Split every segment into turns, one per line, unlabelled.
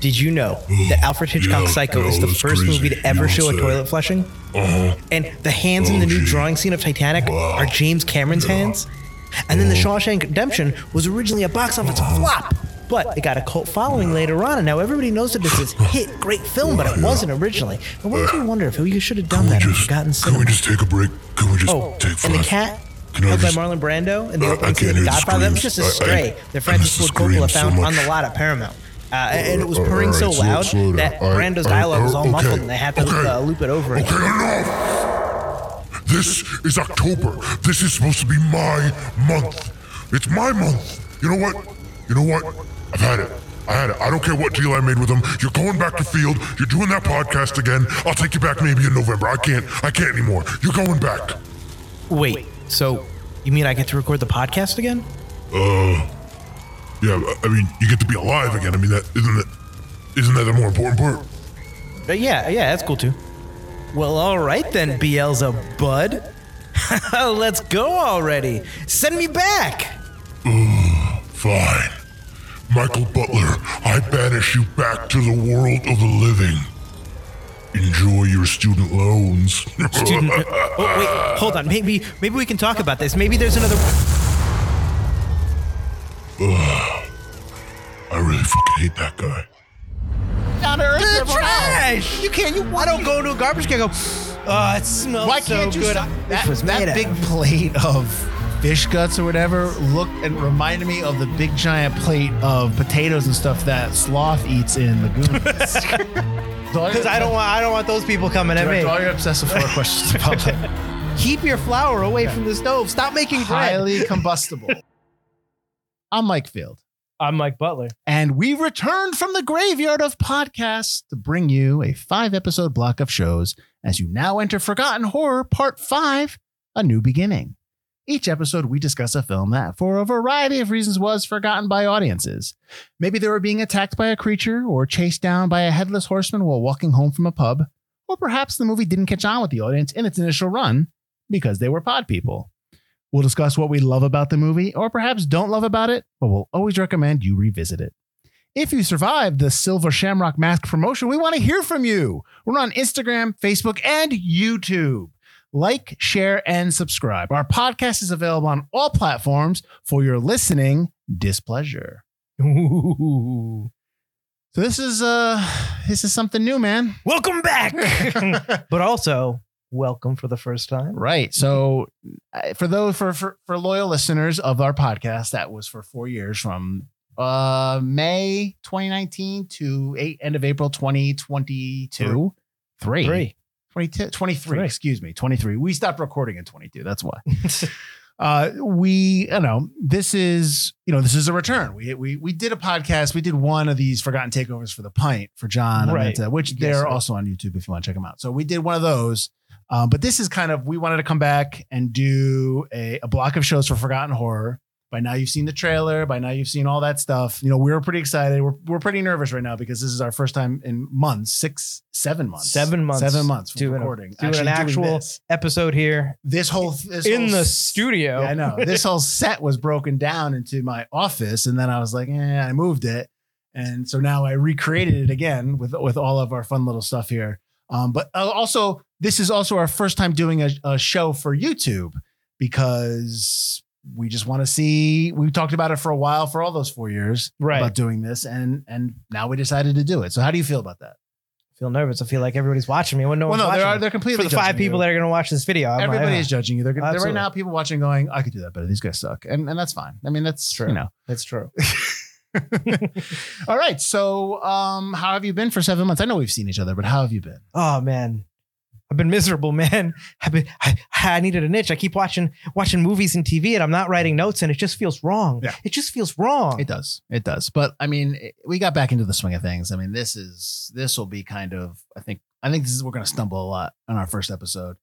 Did you know that Alfred Hitchcock's
Yeah,
Psycho
Mm. no,
is the
that's
first
crazy.
movie to
You
ever
don't
show a
say.
toilet flushing?
Uh huh.
And the hands in the
Oh,
new
gee.
drawing scene of Titanic
Wow.
are James Cameron's hands. And then The Shawshank Redemption was originally a box office flop, but it got a cult following later on, and now everybody knows that it's this hit, great film, but it wasn't originally. But what do you wonder if you should have done that and
Just,
gotten
can we
cinema?
just take a break? Can we just
Oh,
take five?
and the cat
Can I
held by
just-
Marlon Brando and the
I-
opening scene
I
of
can't
The
hear the
Godfather. That was
screams.
just a
I- I-
stray
I
that Francis Ford
miss the
Coppola
screams so
found on
much.
the lot at Paramount. Uh, and it was
All
purring
right,
so
slow-
loud
slow down.
that
All right,
Brando's
all right,
dialogue was all
okay,
muffled and they had to
okay.
uh, loop it over
Okay,
again.
enough! This is October. This is supposed to be my month. It's my month. You know what? You know what? I've had it. I had it. I don't care what deal I made with them. You're going back to field. You're doing that podcast again. I'll take you back maybe in November. I can't. I can't anymore. You're going back.
Wait, so you mean I get to record the podcast again?
Uh, yeah. I- I mean, you get to be alive again. I mean, that isn't that. Isn't that the more important part?
Uh, yeah, yeah, that's cool too. Well, all right then, Beelzebub. bud. Let's go already. Send me back.
Fine. Michael Butler, I banish you back to the world of the living. Enjoy your student loans.
Student- oh, wait, hold on. Maybe, maybe we can talk about this. Maybe there's another.
I really fucking hate that guy.
Down to earth,
The
never mind.
trash.
You can't. You.
I don't go to a garbage can. and Go. Oh, it smells
Why
so
can't you
good.
stop? That,
This was made
that
out
big
of-
plate of fish guts or whatever looked and reminded me of the big giant plate of potatoes and stuff that sloth eats in Lagoon.
Because I don't want. I don't want those people coming at
Direct all
me.
your obsessive four questions about that.
Keep your flour away from the stove. Stop making bread.
highly combustible. I'm Mike Field.
I'm Mike Butler.
And we return from the graveyard of podcasts to bring you a five episode block of shows as you now enter Forgotten Horror Part 5 A New Beginning. Each episode, we discuss a film that, for a variety of reasons, was forgotten by audiences. Maybe they were being attacked by a creature or chased down by a headless horseman while walking home from a pub, or perhaps the movie didn't catch on with the audience in its initial run because they were pod people. We'll discuss what we love about the movie or perhaps don't love about it, but we'll always recommend you revisit it. If you survived the Silver Shamrock Mask promotion, we want to hear from you. We're on Instagram, Facebook, and YouTube. Like, share, and subscribe. Our podcast is available on all platforms for your listening displeasure. So this is uh this is something new, man.
Welcome back. but also, welcome for the first time.
Right. So uh, for those for, for for loyal listeners of our podcast, that was for four years from uh May 2019 to eight, end of April 2022. Three. 22, 23,
Three.
excuse me, 23. We stopped recording in 22. That's why. uh, we, you know, this is, you know, this is a return. We, we, we did a podcast. We did one of these forgotten takeovers for the pint for John, and
Right.
Menta, which
Yes,
they're
right.
also on YouTube if you want to check them out. So we did one of those. Um, but this is kind of, we wanted to come back and do a, a block of shows for forgotten horror. By now you've seen the trailer. By now you've seen all that stuff. You know, we were pretty excited. We're, we're pretty nervous right now because this is our first time in months, six, seven months,
Seven months
seven months
doing a-
doing recording,
doing an
actually
actual
this.
Episode here
This whole this
in
whole
the
s-
studio.
Yeah, I know this whole set was broken down into my office, and then I was like, eh, I moved it, and so now I recreated it again with with all of our fun little stuff here. Um, but uh, also, this is also our first time doing a, a show for YouTube because we just want to see. We talked about it for a while for all those four years
Right.
about doing this, and and now we decided to do it. So how do you feel about that?
I feel nervous. I feel like everybody's watching me. Well, no,
well,
one's
no, there
watching
are
me.
they're completely
for the five
judging you.
people that are going to watch this video. I'm like,
Everybody
oh,
is judging you. They're, they're right
Absolutely.
now people watching going, I could do that better. These guys suck. And and that's fine. I mean, that's
Sure.
you know.
That's true.
All right. So um how have you been for seven months? I know we've seen each other, but how have you been?
Oh man, I've been miserable, man. I've been. I, I needed a niche. I keep watching watching movies and TV, and I'm not writing notes, and it just feels wrong.
Yeah.
It just feels wrong.
It does. It does. But I mean, it- we got back into the swing of things. I mean, this is this will be kind of I think I think this is we're gonna stumble a lot on our first episode.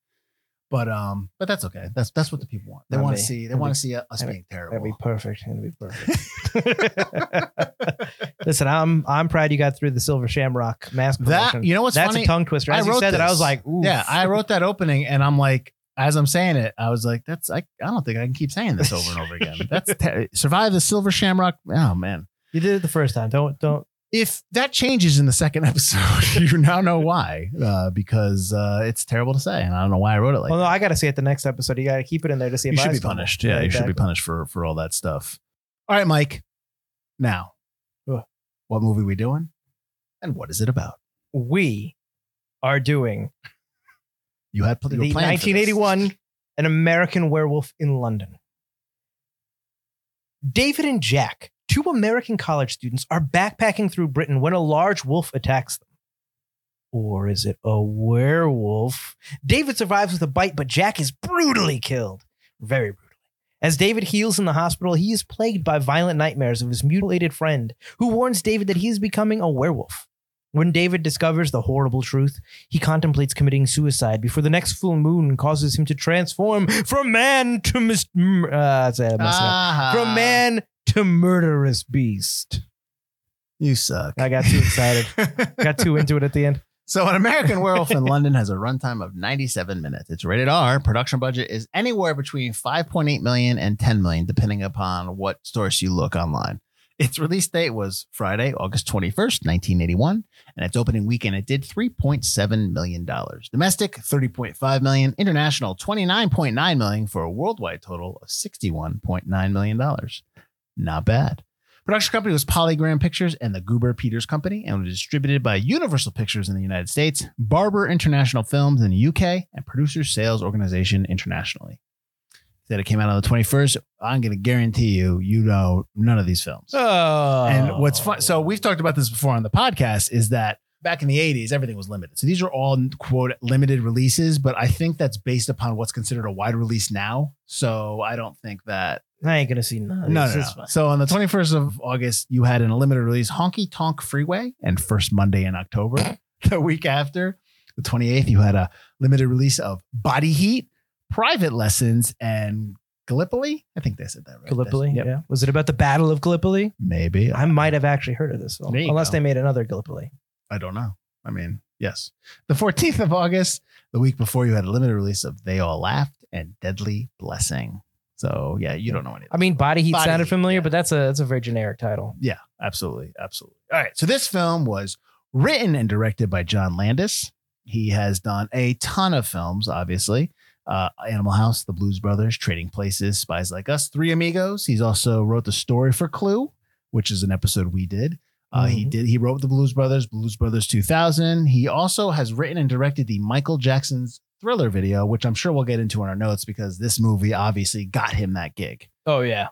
But um, but that's okay. That's that's what the people want. They
Not
want
me.
to see. They
That'd
want
be-
to see us
that'd
being
That'd be
terrible.
perfect. That'd be perfect. Listen, I'm I'm proud you got through the Silver Shamrock mask.
That
promotion.
you know what's
that's
funny?
a tongue twister. As
I
you
wrote
said that, I
this.
was like, Ooh,
Yeah, I wrote that opening, and I'm like, as I'm saying it, I was like, that's I, I don't think I can keep saying this over and over again. That's ter- survive the Silver Shamrock. Oh man,
you did it the first time. Don't don't
If that changes in the second episode, you now know why, uh, because uh, it's terrible to say, and I don't know why I wrote it like.
well,
that.
no, I got to see it the next episode. You got to keep it in there to see. if
you
I
should be
stumble.
punished. Yeah, you should be
exactly.
punished for for all that stuff. All right, Mike. Now,
Ugh.
what movie we doing, and what is it about?
We are doing
You had pl-
the
you were planning for this.
1981 An American Werewolf in London. David and Jack, two American college students, are backpacking through Britain when a large wolf attacks them. Or is it a werewolf? David survives with a bite, but Jack is brutally killed. Very brutally. As David heals in the hospital, he is plagued by violent nightmares of his mutilated friend, who warns David that he is becoming a werewolf. When David discovers the horrible truth, he contemplates committing suicide before the next full moon causes him to transform from man to mis- m- uh, sorry, I messed it up.
Ah,
from man to murderous beast.
you suck.
I got too excited. got too into it at the end.
So, an American Werewolf in London has a runtime of 97 minutes. It's rated R. Production budget is anywhere between 5.8 million and 10 million, depending upon what source you look online. Its release date was Friday, August 21st, 1981, and its opening weekend it did 3.7 million dollars. Domestic 30.5 million, international 29.9 million for a worldwide total of 61.9 million dollars. Not bad. Production company was Polygram Pictures and the Goober Peters Company and was distributed by Universal Pictures in the United States, Barber International Films in the UK, and Producers Sales Organization internationally. That it came out on the 21st, I'm going to guarantee you, you know none of these films.
Oh.
And what's fun, so we've talked about this before on the podcast, is that back in the 80s, everything was limited. So these are all quote limited releases, but I think that's based upon what's considered a wide release now. So I don't think that
I ain't gonna see none. of
no,
this.
no, no.
It's fine.
So on the 21st of August, you had an limited release Honky Tonk Freeway and first Monday in October. the week after, the 28th, you had a limited release of Body Heat, Private Lessons, and Gallipoli. I think they said that right.
Gallipoli.
Yep.
Yeah. Was it about the Battle of Gallipoli?
Maybe.
I might have actually heard of this film,
There you
unless
go.
they made another Gallipoli.
I don't know. I mean, yes. The 14th of August, the week before, you had a limited release of They All Laughed and Deadly Blessing. So yeah, you don't know any. of
I mean, Body Heat
Body
sounded
Heat,
familiar,
yeah.
but that's a that's a very generic title.
Yeah, absolutely. Absolutely. All right. So this film was written and directed by John Landis. He has done a ton of films, obviously. Uh, Animal House, The Blues Brothers, Trading Places, Spies Like Us, Three Amigos. He's also wrote the story for Clue, which is an episode we did. Uh, He
Mhm.
did. He wrote the Blues Brothers, Blues Brothers 2000. He also has written and directed the Michael Jackson's Thriller video, which I'm sure we'll get into in our notes because this movie obviously got him that gig.
Oh yeah.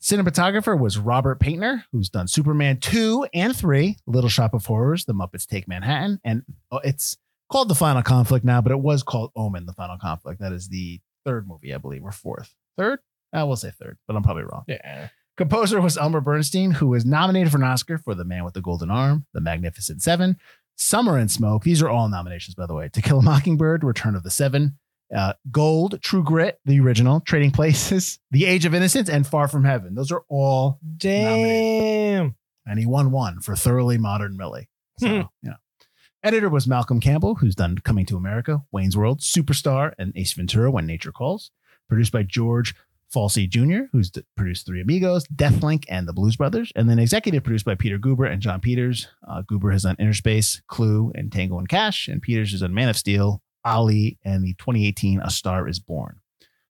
Cinematographer was Robert Painter, who's done Superman 2 and 3, Little Shop of Horrors, The Muppets Take Manhattan, and oh, it's called The Final Conflict now, but it was called Omen, The Final Conflict. That is the third movie, I believe, or fourth. Third? I will say third, but I'm probably wrong.
Yeah.
Composer was Elmer Bernstein, who was nominated for an Oscar for The Man with the Golden Arm, The Magnificent Seven, Summer and Smoke. These are all nominations, by the way. To Kill a Mockingbird, Return of the Seven, uh, Gold, True Grit, the original, Trading Places, The Age of Innocence, and Far from Heaven. Those are all,
Damn.
and he won one for Thoroughly Modern Millie. So,
Hmm.
you know. Editor was Malcolm Campbell, who's done Coming to America, Wayne's World, Superstar, and Ace Ventura When Nature Calls. Produced by George Falsey Jr., who's d- produced Three Amigos, Deathlink, and The Blues Brothers. And then executive produced by Peter Goober and John Peters. Uh, Goober has done Interspace, Clue, and Tango and Cash. And Peters has done Man of Steel, Ali, and the 2018 A Star is Born.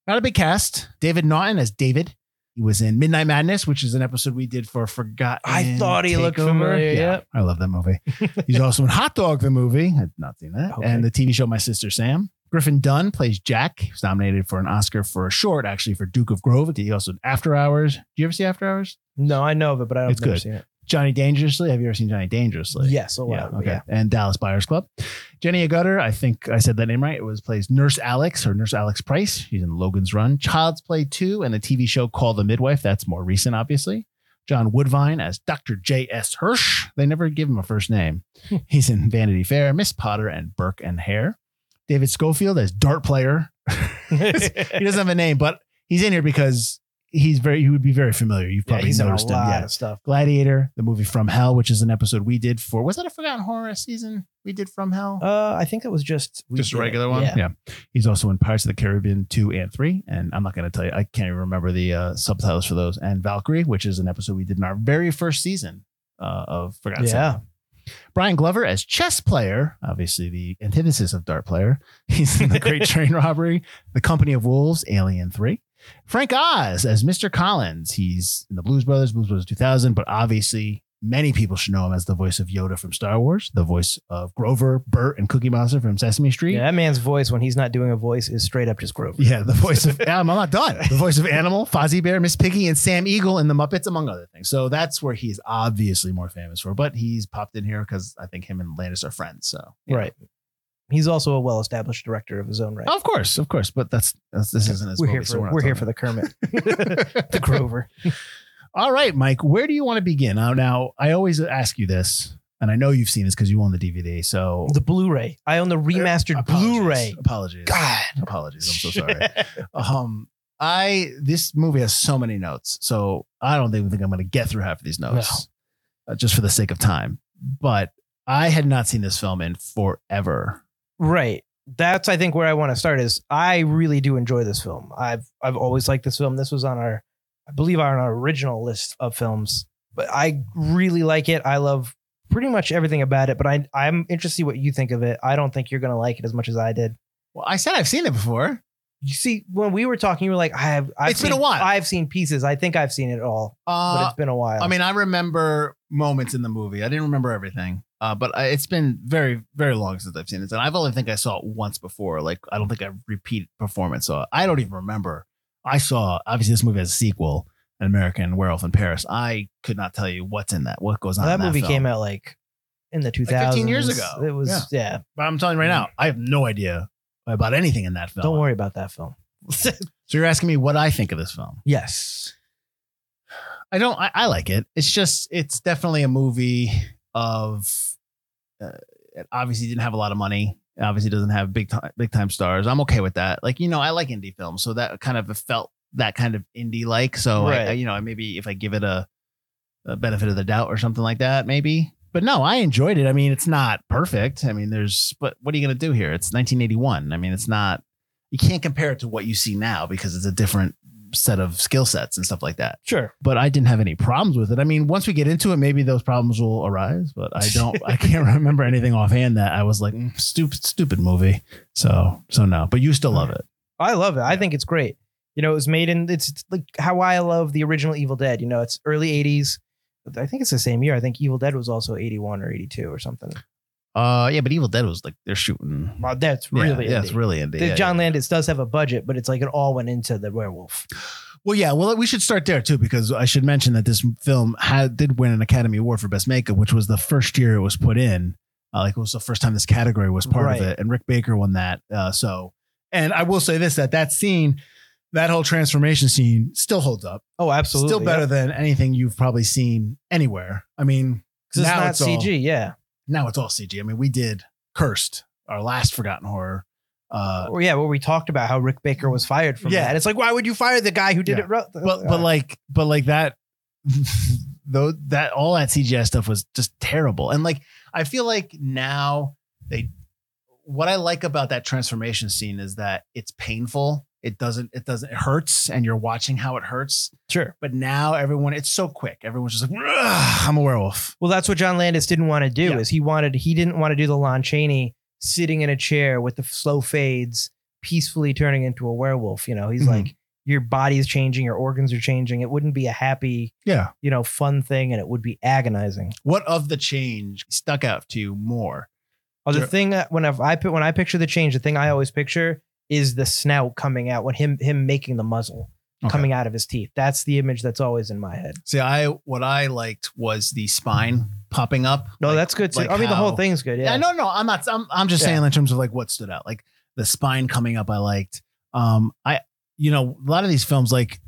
Not a big cast. David Naughton as David. He was in Midnight Madness, which is an episode we did for Forgotten.
I thought he looked
Takeover.
familiar, yep.
I love that movie. He's also in Hot Dog the movie. I've not seen that.
Okay.
And the TV show My Sister Sam. Griffin Dunn plays Jack. He was nominated for an Oscar for a short, actually, for Duke of Grove. He also did After Hours. Do you ever see After Hours?
No, I know of it, but I don't
It's
never
good.
seen it.
Johnny Dangerously. Have you ever seen Johnny Dangerously?
Yes. Oh wow.
Yeah, okay.
Yeah.
And Dallas Buyers Club. Jenny Agutter, I think I said that name right. It was plays Nurse Alex or Nurse Alex Price. She's in Logan's Run, Child's Play 2, and the TV show Call the Midwife. That's more recent, obviously. John Woodvine as Dr. J.S. Hirsch. They never give him a first name.
Hmm.
He's in Vanity Fair, Miss Potter, and Burke and Hare. David Schofield as Dart Player. he doesn't have a name, but he's in here because he's very, he would be very familiar. You've
Yeah,
probably
he's in a
noticed him.
lot
Yeah.
of stuff.
Gladiator, the movie From Hell, which is an episode we did for was that a Forgotten Horror season? We did From Hell.
Uh, I think it was just we
Just a
did it.
regular one.
Yeah.
He's also in Pirates of the Caribbean 2 and 3. And I'm not going to tell you, I can't even remember the uh, subtitles for those. And Valkyrie, which is an episode we did in our very first season uh, of Forgotten
Yeah.
Samurai. Brian Glover as chess player, obviously the antithesis of dart player. He's in The Great Train Robbery, The Company of Wolves, Alien 3. Frank Oz as Mr. Collins. He's in the Blues Brothers, Blues Brothers 2000, but obviously many people should know him as the voice of Yoda from Star Wars, the voice of Grover, Bert, and Cookie Monster from Sesame Street.
Yeah, that man's voice when he's not doing a voice is straight up just Grover.
Yeah, the voice of um, I'm not done. The voice of Animal, Fozzie Bear, Miss Piggy, and Sam Eagle in the Muppets, among other things. So that's where he's obviously more famous for. But he's popped in here because I think him and Landis are friends. So you know.
Right. He's also a well-established director of his own right.
of course, of course. But that's, that's Oh. this isn't his
we're
movie,
here for
so not
we're here
talking
for the Kermit,
about it.
the Grover.
All right, Mike, where do you want to begin? Now, now I always ask you this, and I know you've seen this because you own the DVD. So
The Blu-ray. I own the remastered
Apologies.
Blu-ray.
Apologies.
God.
Apologies. I'm so sorry. um i this movie has so many notes so i don't even think i'm going to get through half of these notes uh, just for the sake of time but i had not seen this film in forever
Right. That's I think where I want to start is I really do enjoy this film. I've I've always liked this film. This was on our I believe on our original list of films, but I really like it. I love pretty much everything about it, but I I'm interested to see what you think of it. I don't think you're going to like it as much as I did.
well i said i've seen it before
You see when we were talking you were like I have I've
It's been
seen-
a while.
I've seen pieces. I think I've seen it all, but
uh,
it's been a while.
i mean i remember moments in the movie i didn't remember everything uh, but I, it's been very very long since i've seen it and i've only think i saw it once before like i don't think i repeat performance so i don't even remember i saw obviously this movie has a sequel an american werewolf in paris i could not tell you what's in that what goes on
that,
in
movie
film.
came out like in the 2000s.
15 years ago.
It was yeah.
But I'm telling you right now, I have no idea about anything in that film.
Mm. Don't worry about that film.
So you're asking me what I think of this film.
yes.
I don't. I, I like it. It's just it's definitely a movie of. Uh, it obviously didn't have a lot of money. It obviously doesn't have big time big time stars. I'm okay with that. Like you know, I like indie films, so that kind of felt that kind of indie like. So I-
Right.
I, you know, maybe if I give it a, a benefit of the doubt or something like that, maybe. But no, I enjoyed it. I mean, it's not perfect. I mean, there's but what are you gonna do here? It's 1981. I mean, it's not. You can't compare it to what you see now because it's a different set of skill sets and stuff like that
Sure.
but I didn't have any problems with it. I mean, once we get into it, maybe those problems will arise, but I don't, I can't remember anything offhand that I was like, mm, stupid, stupid movie. So, so no, but you still love it.
I love it. I think it's great. You know, it was made in it's it's like how I love the original Evil Dead. You know, it's early '80s. I think it's the same year. I think Evil Dead was also '81 or '82 or something.
Uh, yeah, but Evil Dead was like, they're shooting.
Wow, that's
Yeah,
really
yeah, it's
indie.
really indie.
The
yeah,
John
yeah.
Landis does have a budget, but it's like it all went into the werewolf.
Well, yeah. Well, we should start there too, because I should mention that this film had did win an Academy Award for Best Makeup, which was the first year it was put in. Uh, like it was the first time this category was part of
Right.
it, and Rick Baker won that. Uh, so, and I will say this: that that scene, that whole transformation scene, still holds up.
Oh, absolutely.
Still better than anything you've probably seen anywhere. I mean,
'Cause it's
now
not
it's all-
CG. yeah.
now it's all CG. I mean, we did Cursed, our last forgotten horror. Uh,
Or yeah, where we talked about how Rick Baker was fired from
Yeah.
that. It's like, why would you fire the guy who did
Yeah.
it? Uh, Ro-
but but like but like that though that all that CGI stuff was just terrible. And like I feel like now they what I like about that transformation scene is that it's painful. It doesn't it doesn't it hurts and you're watching how it hurts.
sure.
But now everyone it's so quick. Everyone's just like "Ugh, I'm a werewolf.
Well, that's what John Landis didn't want to do.
Yeah.
Is he wanted he didn't want to do the Lon Chaney sitting in a chair with the slow fades, peacefully turning into a werewolf. You know, he's
Mhm.
like your body is changing, your organs are changing. It wouldn't be a happy,
Yeah.
you know, fun thing, and it would be agonizing.
What of the change stuck out to you more?
Oh, the
Sure.
thing that when I've- I put when I picture the change, the thing
Mm.
I always picture is the snout coming out when him him making the muzzle
Okay.
coming out of his teeth. That's the image that's always in my head.
See, I what I liked was the spine popping up.
No,
Like,
that's good too.
like
I mean, the
how-
whole thing's good. Yeah,
Yeah, no, no, I'm not. I'm, I'm just
Yeah.
saying in terms of like what stood out, like the spine coming up. I liked. Um, I, you know, a lot of these films, like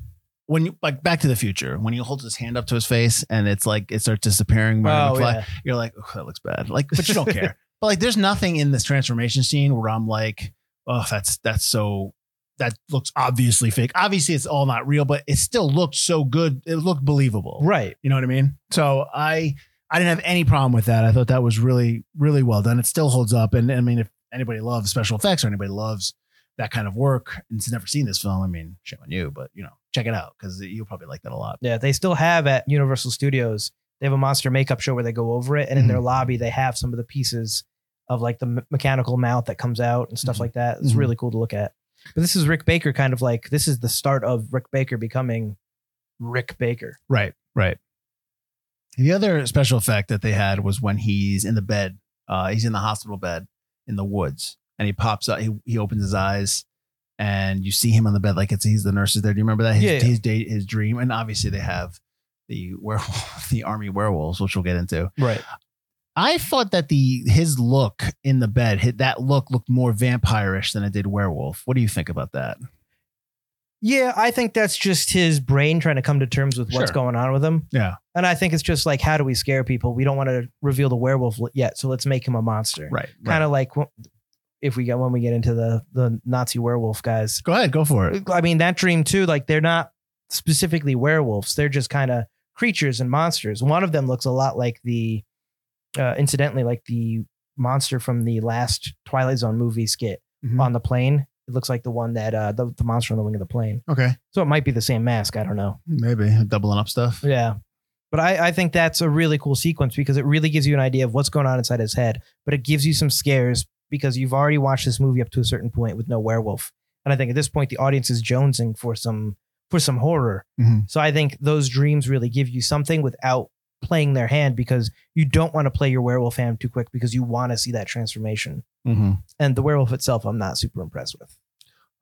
when you like Back to the Future, when he holds his hand up to his face and it's like it starts disappearing, Marty
Oh,
McFly,
yeah.
you're like, oh, that looks bad. Like, but you don't care. But like, there's nothing in this transformation scene where I'm like, oh, that's that's so that looks obviously fake. Obviously, it's all not real, but it still looked so good. It looked believable.
right.
You know what I mean? So I I didn't have any problem with that. I thought that was really really well done. It still holds up. And I mean, if anybody loves special effects or anybody loves that kind of work and's never seen this film, I mean, shame on you. But you know, check it out because you'll probably like that a lot.
Yeah, they still have at Universal Studios They have a monster makeup show where they go over it, and in
Mm-hmm.
their lobby they have some of the pieces of like the me- mechanical mouth that comes out and stuff
Mhm.
like that. It's
Mhm.
really cool to look at. But this is Rick Baker, kind of like this is the start of Rick Baker becoming Rick Baker.
Right, right. The other special effect that they had was when he's in the bed, uh, he's in the hospital bed in the woods, and he pops up. He, he opens his eyes, and you see him on the bed like it's he's the nurse is there. Do you remember that? His,
Yeah, yeah.
his day, his dream, and obviously they have the werewolf, the army werewolves, which we'll get into.
Right.
I thought that the his look in the bed, hit that look looked more vampirish than it did werewolf. What do you think about that?
Yeah, I think that's just his brain trying to come to terms with what's
Sure.
going on with him.
Yeah.
And I think it's just like, how do we scare people? We don't want to reveal the werewolf li- yet, so let's make him a monster.
Right.
Kind of like wh- if we get when we get into the the Nazi werewolf guys.
Go ahead, go for it.
I mean, that dream too. Like they're not specifically werewolves; they're just kind of creatures and monsters. One of them looks a lot like the, uh, incidentally, like the monster from the last Twilight Zone movie skit
Mhm.
on the plane. It looks like the one that uh, the, the monster on the wing of the plane.
Okay,
So it might be the same mask. I don't know.
maybe doubling up stuff.
Yeah. But I, I think that's a really cool sequence because it really gives you an idea of what's going on inside his head, but it gives you some scares because you've already watched this movie up to a certain point with no werewolf. And I think at this point the audience is jonesing for some for some horror.
Mhm.
So I think those dreams really give you something without playing their hand because you don't want to play your werewolf hand too quick because you want to see that transformation.
Mm-hmm.
And the werewolf itself I'm not super impressed with.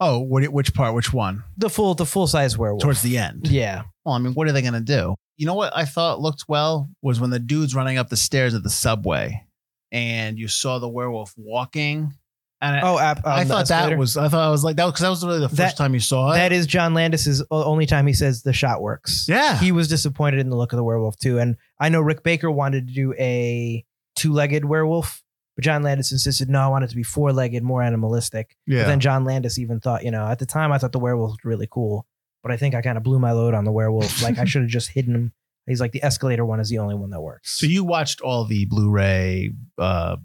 Oh, what, which part? Which one?
The full the full size werewolf.
Towards the end.
yeah.
Well, I mean, what are they going to do? You know what I thought looked well was when the dude's running up the stairs at the subway, and you saw the werewolf walking. And I,
Oh, app,
I
um, the
thought that
escalator.
was I thought I was like that because that was really the first
That-
time you saw it.
That is John Landis's o- only time he says the shot works.
yeah,
He was disappointed in the look of the werewolf too. And I know Rick Baker wanted to do a two-legged werewolf, but John Landis insisted, no, I want it to be four-legged, more animalistic. But
yeah.
then John Landis even thought, you know, at the time I thought the werewolf looked really cool, but I think I kind of blew my load on the werewolf. like I should have just hidden him. He's like the escalator one is the only one that works.
so you watched all the Blu-ray uh,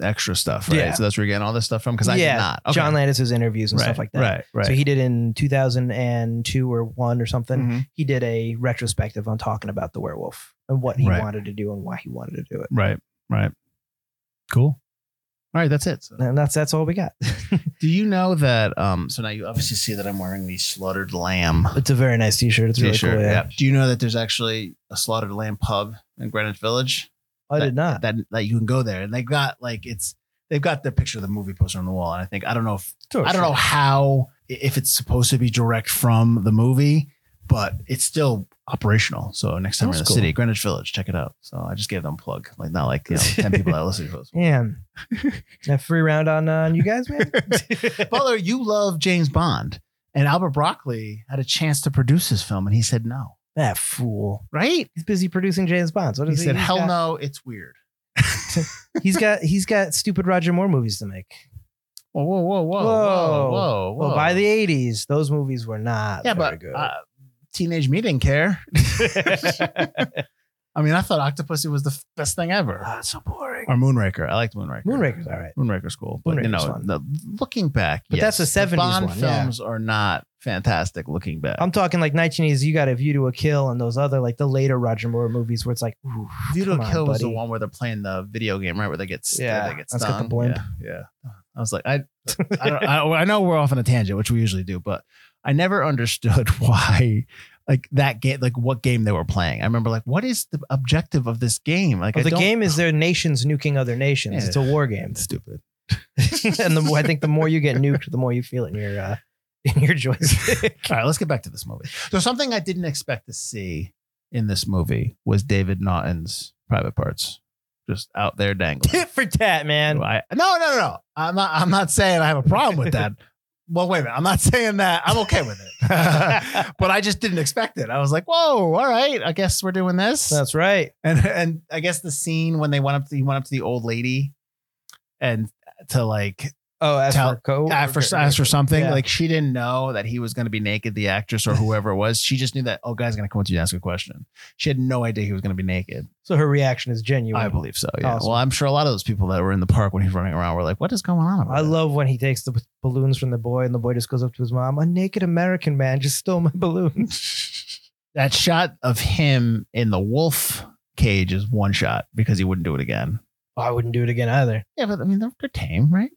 extra stuff, right?
Yeah.
So that's where you're getting all this stuff from because I
Yeah,
did not.
John Landis's interviews and
right,
stuff like that.
Right, right.
So he did in 2002 or one or something.
Mhm.
he did a retrospective on talking about the werewolf and what he
Right.
wanted to do and why he wanted to do it.
Right, right. Cool. All right, that's it. So-
And that's that's all we got.
Do you know that? Um, so now you obviously see that I'm wearing the slaughtered lamb
it's a very nice T-shirt. It's really
t-shirt.
cool. Yeah.
yeah. Do you know that there's actually a slaughtered lamb pub in Greenwich Village?
I did not.
That that you can go there, and they got like it's they've got the picture of the movie poster on the wall, and I think I don't know if
Oh,
I don't know how if it's supposed to be direct from the movie, but it's still operational. So next time we're in the
That's
city, Greenwich Village, check it out. So I just gave them a plug, like not like you know, ten people that listen to us.
Yeah. that free round on uh, on you guys, man.
Butler, you love James Bond, and Albert Broccoli had a chance to produce this film, and he said no.
that fool.
Right?
He's busy producing James Bond. What
He
is
said,
he's
"Hell
got-
no, it's weird."
He's got he's got stupid Roger Moore movies to make.
Whoa, whoa, whoa,
Whoa.
whoa, whoa, whoa,
Well, by the '80s, those movies were not.
yeah,
very
but
good.
uh, teenage me didn't care. I mean, I thought Octopussy was the f- best thing ever,
Ah, so boring.
or Moonraker. I liked Moonraker.
Moonraker's all right.
Moonraker's cool, but you
Moonraker's
know,
fun.
the, looking back,
But that's
yes,
a 70s
the Bond
one, yeah.
films are not fantastic. Looking back,
I'm talking like 1980s. You got a View to a Kill and those other like the later Roger Moore movies where it's like, ooh,
View to
come
a
on,
Kill was the
buddy.
one where they're playing the video game, right? Where they get st-
Yeah,
they get
that's got the
stung.
blimp.
Yeah, yeah. I was like, I, I, don't, I, I know we're off on a tangent, which we usually do, but I never understood why, like that game, like what game they were playing. I remember, like, what is the objective of this game? Like, I
Well, the
don't-
game is their nations nuking other nations.
Yeah.
It's a war game,
It's stupid.
and the more, I think the more you get nuked, the more you feel it in your uh, in your joystick.
All right, let's get back to this movie. So, something I didn't expect to see in this movie was David Naughton's private parts, just out there dangling.
Tit for tat, man.
I- no, no, no, no. I'm not. I'm not saying I have a problem with that. well, wait a minute. I'm not saying that. I'm okay with it. but I just didn't expect it. I was like, whoa, all right. I guess we're doing this.
That's right.
and and I guess the scene when they went up, to, he went up to the old lady, and to like
Oh, as
Tell-
for co,
ask for, ask for something.
Yeah.
Like she didn't know that he was going to be naked, the actress or whoever it was. She just knew that, oh, guy's going to come up to you and ask a question. She had no idea he was going to be naked.
so her reaction is genuine.
I believe so. Yeah.
Awesome.
Well, I'm sure a lot of those people that were in the park when he's running around were like, what is going on? About
I
this?
love when he takes the balloons from the boy, and the boy just goes up to his mom. A naked American man just stole my balloon.
that shot of him in the wolf Cage is one shot because he wouldn't do it again.
Oh, I wouldn't do it again either.
Yeah, but I mean, they're, they're tame, right?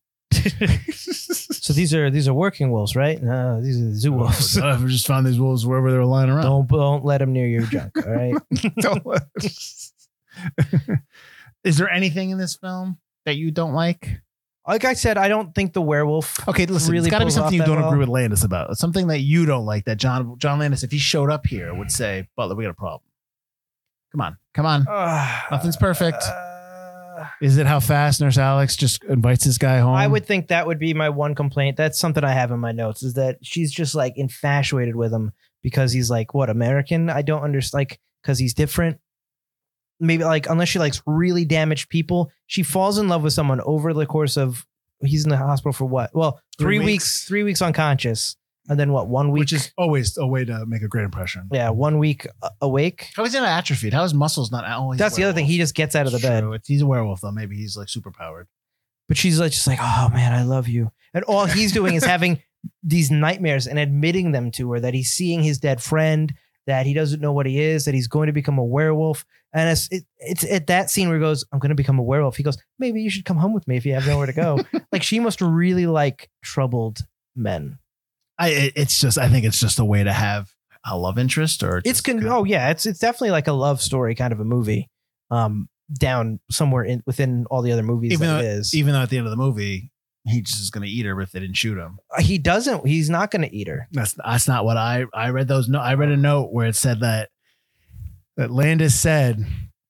So these are these are working wolves, right? No, these are zoo wolves.
I just found these wolves wherever they were lying around.
Don't don't let them near your junk. All right.
is there anything in this film that you don't like?
Like I said, I don't think the werewolf.
Okay, listen,
Really
it's got to be
pulls off
something you
that
don't
well.
agree with Landis about. Something that you don't like that John John Landis, if he showed up here, would say, "Butler, we got a problem." Come on, come on. Nothing's perfect.
Ah. Uh,
Is it how fast Nurse Alex just invites this guy home?
I would think that would be my one complaint. That's something I have in my notes is that she's just like infatuated with him because he's like what American. I don't understand like because he's different. Maybe like unless she likes really damaged people, she falls in love with someone over the course of he's in the hospital for what? Well,
Three
three, weeks.
weeks.
three weeks unconscious, and then what? One week,
which is always a way to make a great impression.
yeah, one week uh, awake.
How is he not atrophied? How is muscles not? Oh, he's a
That's the other thing.
werewolf.
He just gets out of the bed.
True. He's a werewolf though. Maybe he's like super powered.
but she's like just like oh man i love you and all he's doing is having these nightmares and admitting them to her that he's seeing his dead friend that he doesn't know what he is that he's going to become a werewolf and it's, it, it's at that scene where he goes i'm going to become a werewolf he goes maybe you should come home with me if you have nowhere to go like she must really like troubled men
I. It, it's just. I think it's just a way to have a love interest or
it's
just
con-
good-
oh yeah it's it's definitely like a love story kind of a movie um down somewhere in within all the other movies
Even
that it is
Even though e at the end of the movie, he just is gonna eat her if they didn't shoot him.
he doesn't he's not going to eat her
That's that's not what I I read those no I read a note where it said that that Landis said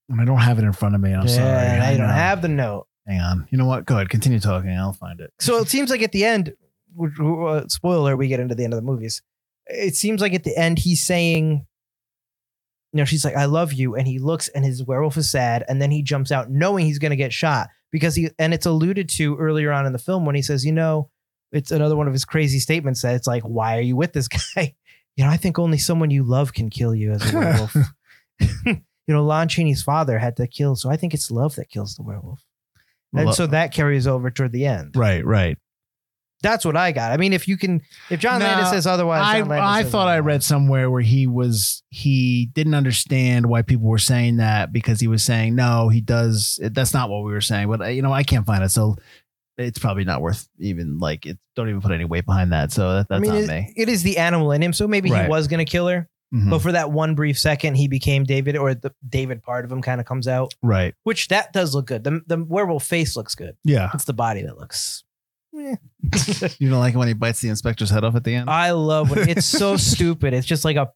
and I don't have it in front of me. I'm sorry.
Yeah,
I
i don't
know.
have the note
Hang on. You know what? Go ahead. Continue talking. I'll find it.
so it seems like at the end, which- uh, spoiler, we get into the end of the movies. It seems like at the end he's saying, you know, she's like, "I love you," and he looks, and his werewolf is sad, and then he jumps out knowing he's going to get shot because he, and it's alluded to earlier on in the film when he says, you know, it's another one of his crazy statements that it's like, "Why are you with this guy?" You know, I think only someone you love can kill you as a werewolf. you know, Lon Chaney's father had to kill, so I think it's love that kills the werewolf. And
Lo-
so that carries over toward the end.
right, right.
That's what I got. I mean, if you can, if John
No,
Landis says otherwise,
I,
John Landis
I
says
thought I
otherwise.
read somewhere where he was he didn't understand why people were saying that because he was saying no he does it, that's not what we were saying but uh, you know I can't find it so it's probably not worth even like it don't even put any weight behind that so that, that's
I mean,
not
it-
me
it is the animal in him, so maybe
Right.
he was gonna kill her,
Mhm.
but for that one brief second, he became David, or the David part of him kind of comes out,
right
which that does look good. The the werewolf face looks good.
yeah
It's the body that looks. eh.
you don't like it when he bites the inspector's head off at the end
I love when it's so stupid. It's just like a.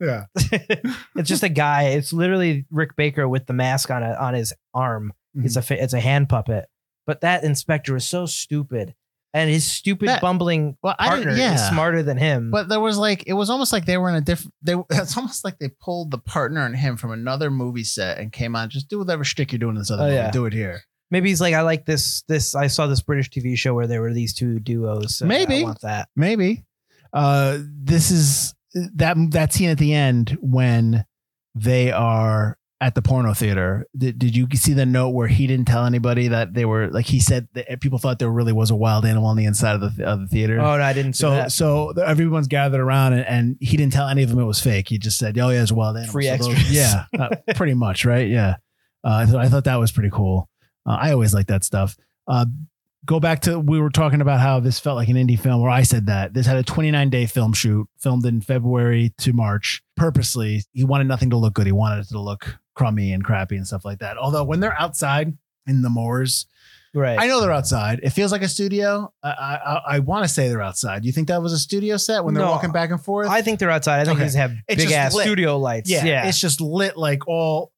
Yeah.
it's just a guy. It's literally Rick Baker with the mask on a, on his arm.
Mm-hmm.
It's a fa- it's a hand puppet. But that inspector is so stupid, and his stupid
That-
bumbling
well, I
partner
didn't, yeah.
is smarter than him.
But there was like it was almost like they were in a different. They it's almost like they pulled the partner and him from another movie set and came on. Just do whatever shtick you're doing in this other
Oh,
movie.
yeah.
Do it here.
maybe he's like, I like this. This I saw this British TV show where there were these two duos. so
Maybe.
I want that.
Maybe. Uh, this is that that scene at the end when they are at the porno theater. Did, did you see the note where he didn't tell anybody that they were like he said that people thought there really was a wild animal on the inside of the, th- of the theater.
Oh no, I didn't. see
So
that.
so the- everyone's gathered around, and, and he didn't tell any of them it was fake. He just said, "Oh yeah, it's a wild animal."
Free
So those-
extras.
yeah, uh, pretty much, right? Yeah. Uh, so I thought that was pretty cool. Uh, I always like that stuff. Uh, go back to we were talking about how this felt like an indie film, where I said that this had a 29 day film shoot, filmed in February to March, purposely. He wanted nothing to look good. He wanted it to look crummy and crappy and stuff like that. Although when they're outside in the moors,
right.
I know they're outside. It feels like a studio. I I, I- I want to say they're outside. You think that was a studio set when they're
No,
walking back and forth?
I think they're outside. I think
Okay.
they just have
It's
big
just
ass
lit.
studio lights. Yeah.
it's just lit like all.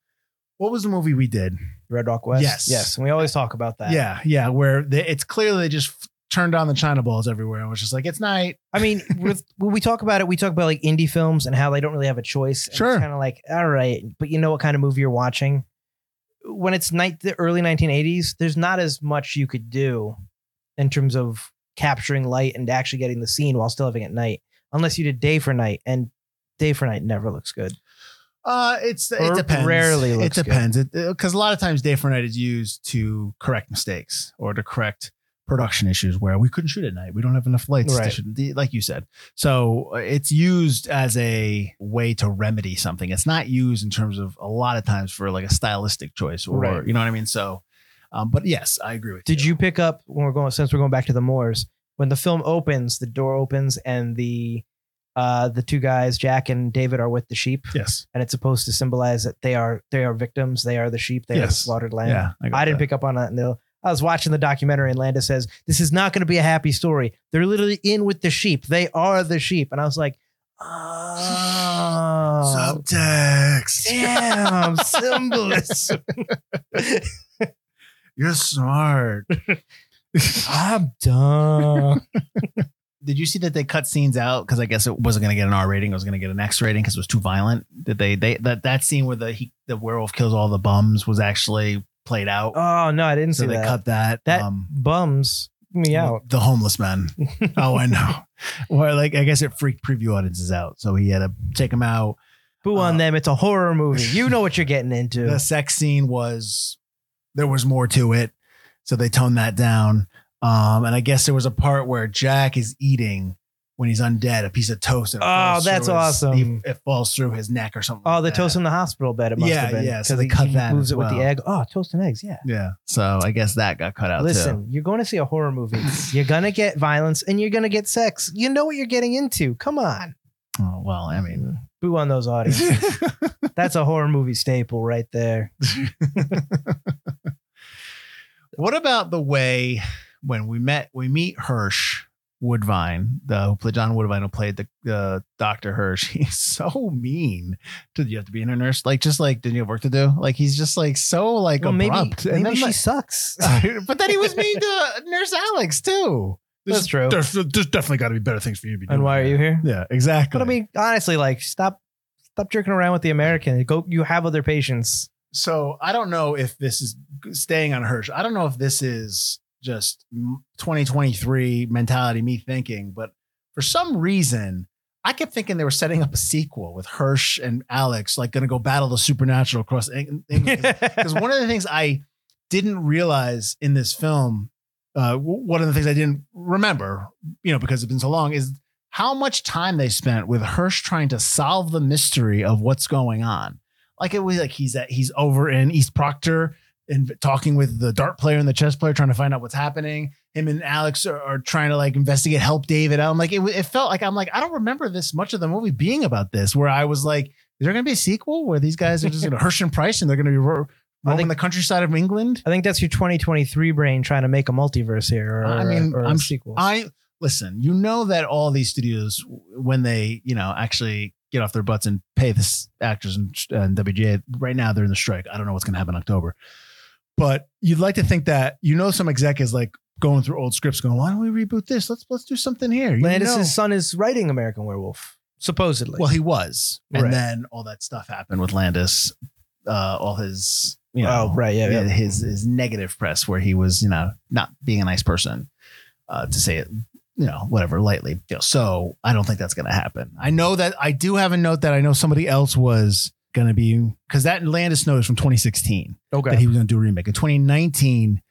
What was the movie we did?
Red Rock West.
Yes.
Yes. And we always talk about that.
Yeah, yeah, where they, it's clearly they just f- turned on the china balls everywhere and was just like it's night.
I mean, with, when we talk about it, we talk about like indie films and how they don't really have a choice. And
Sure.
It's kind of like, all right, but you know what kind of movie you're watching? When it's night, the early 1980s, there's not as much you could do in terms of capturing light and actually getting the scene while still having it night, unless you did day for night. And day for night never looks good.
Uh, it's it
Or
depends.
rarely
it
looks good.
depends. It because a lot of times day for night is used to correct mistakes or to correct production issues where we couldn't shoot at night. We don't have enough lights, to
Right.
shoot- the- like you said. So uh, it's used as a way to remedy something. It's not used in terms of a lot of times for like a stylistic choice or
Right.
you know what I mean. So, um, but yes, I agree with.
Did you pick up when we're going since we're going back to the Moors when the film opens, the door opens and the uh the two guys Jack and David are with the sheep
Yes.
and it's supposed to symbolize that they are they are victims, they are the sheep, they are the
Yes.
slaughtered lamb.
yeah. got
I didn't
that.
pick up on that until I was watching the documentary and Landa says, This is not going to be a happy story. They're literally in with the sheep. They are the sheep. And I was like, Oh,
subtext.
damn, symbolism.
You're smart.
I'm done.
Did you see that they cut scenes out because I guess it wasn't going to get an R rating. It was going to get an X rating because it was too violent. Did they? They that that scene where the he, the werewolf kills all the bums was actually played out.
Oh, no, I didn't
so
see
they
that.
cut that.
That-
um,
Bums me out.
The homeless man. oh, I know. Well, like I guess it freaked preview audiences out. So he had to take him out.
Boo
Uh,
on them. It's a horror movie. You know what you're getting into.
The sex scene was there was more to it, so they toned that down. Um, and I guess there was a part where Jack is eating when he's undead a piece of toast. And it
Oh,
falls
that's
through his-
awesome.
it falls through his neck or something.
Oh, the
like that.
toast in the hospital bed. It must
Yeah,
have been.
yeah, so
Because
they
he,
cut
he
that
moves
as
it with the
well.
egg. Oh, toast and eggs. Yeah.
Yeah, so I guess that got cut out. too.
Listen, you're going to see a horror movie. You're going to get violence and you're going to get sex. You know what you're getting into. Come on.
Oh, well, I mean,
Boo on those audiences. That's a horror movie staple right there.
What about the way when we met we meet Hirsch Woodvine, the who played John Woodvine, who played the the Doctor Hirsch? He's so mean. Did you have to be in a nurse? Like just like didn't you have work to do? Like he's just like so like
Well, maybe
abrupt.
maybe
and then
she
like-
sucks.
but then he was mean to Nurse Alex too.
That's true.
There's, there's definitely got to be better things for you to be
And why are you here?
Yeah, exactly.
But I mean, honestly, like stop stop jerking around with the American. Go you have other patients.
so I don't know if this is staying on Hirsch. I don't know if this is just 2023 mentality, me thinking, but for some reason, I kept thinking they were setting up a sequel with Hirsch and Alex, like going to go battle the supernatural across Eng- England. Because one of the things I didn't realize in this film, uh, w- one of the things I didn't remember, you know, because it's been so long, is how much time they spent with Hirsch trying to solve the mystery of what's going on. Like it was like he's at he's over in East Proctor and talking with the dart player and the chess player trying to find out what's happening. Him and Alex are, are trying to like investigate, help David. out. I'm like, it, w- it felt like I'm like I don't remember this much of the movie being about this. Where I was like, is there going to be a sequel where these guys are just going to Hirsch and Price and they're going to be ro-
I think-
roaming the countryside of England?
I think that's your 2023 brain trying to make a multiverse here. Or,
I mean,
or
I'm-
a sequel.
I listen, you know that all these studios, when they, you know, actually get off their butts and pay the s- actors and, and WGA, right now they're in the strike. I don't know what's going to happen in October. But you'd like to think that, you know, some exec is like going through old scripts going, why don't we reboot this? Let's, let's do something here. You
Landis'
know.
son is writing American Werewolf, supposedly.
well, he was. And
Right.
then all that stuff happened with Landis, uh, all his, you know,
oh, right, yeah, yeah.
yeah, his his negative press where he was you know not being a nice person uh, to say it you know whatever lightly so i don't think that's going to happen i know that i do have a note that i know somebody else was going to be because that landis note is from 2016
Okay.
that he was going to do a remake in 2019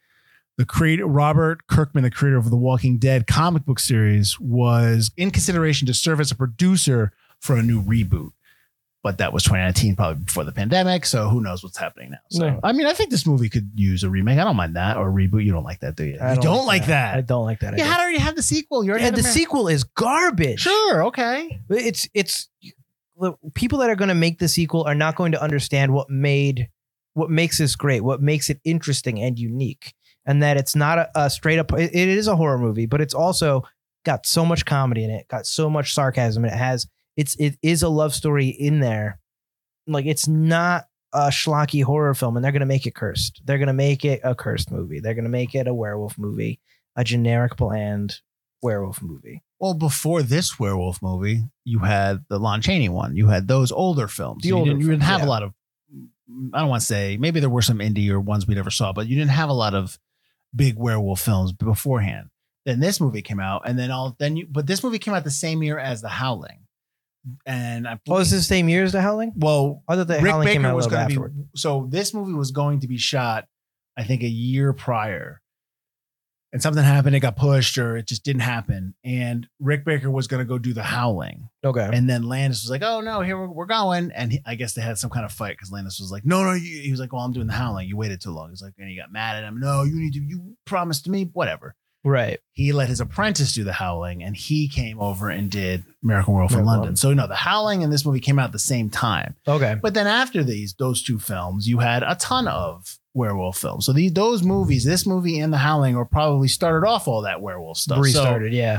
the creator robert kirkman the creator of the walking dead comic book series was in consideration to serve as a producer for a new reboot but that was 2019 probably before the pandemic so who knows what's happening now so
No.
i mean i think this movie could use a remake i don't mind that or a reboot you don't like that do you
I
you don't like
I
that,
don't like that.
you
idea.
had already had the sequel you already
and
had
the
Amer-
sequel is garbage.
sure okay
It's it's the people that are going to make the sequel are not going to understand what made what makes this great, what makes it interesting and unique, and that it's not a, a straight up. It, it is a horror movie, but it's also got so much comedy in it, got so much sarcasm, and it has it's it is a love story in there. Like it's not a schlocky horror film, and they're going to make it cursed. They're going to make it a cursed movie. They're going to make it a werewolf movie, a generic bland werewolf movie.
well, before this werewolf movie, you had the Lon Chaney one. You had those older films.
The
you,
older
didn't, you didn't
films,
have a
yeah.
lot of. I don't want to say maybe there were some indie or ones we never saw, but you didn't have a lot of big werewolf films beforehand. Then this movie came out, and then all then you. But this movie came out the same year as The Howling, and I
Well, Oh, is this the same year as The Howling?
well
I thought that
Rick
Howling came
Baker
out a
was
little bit
going to
afterward.
be so this movie was going to be shot, I think, a year prior, and something happened, it got pushed, or it just didn't happen. And Rick Baker was going to go do the howling.
Okay.
And then Landis was like, oh, no, here we're, we're going. And he, I guess they had some kind of fight because Landis was like, no, no. You, he was like, well, I'm doing the howling. You waited too long. He's like, and he got mad at him. No, you need to, you promised me, whatever.
right.
He let his apprentice do the howling and he came over and did American Werewolf in
Werewolf.
London. So, no, the howling and this movie came out at the same time.
Okay.
But then after these, those two films, you had a ton of werewolf films. So these, those movies, this movie and The Howling, were probably started off all that werewolf stuff. So
Restarted. yeah.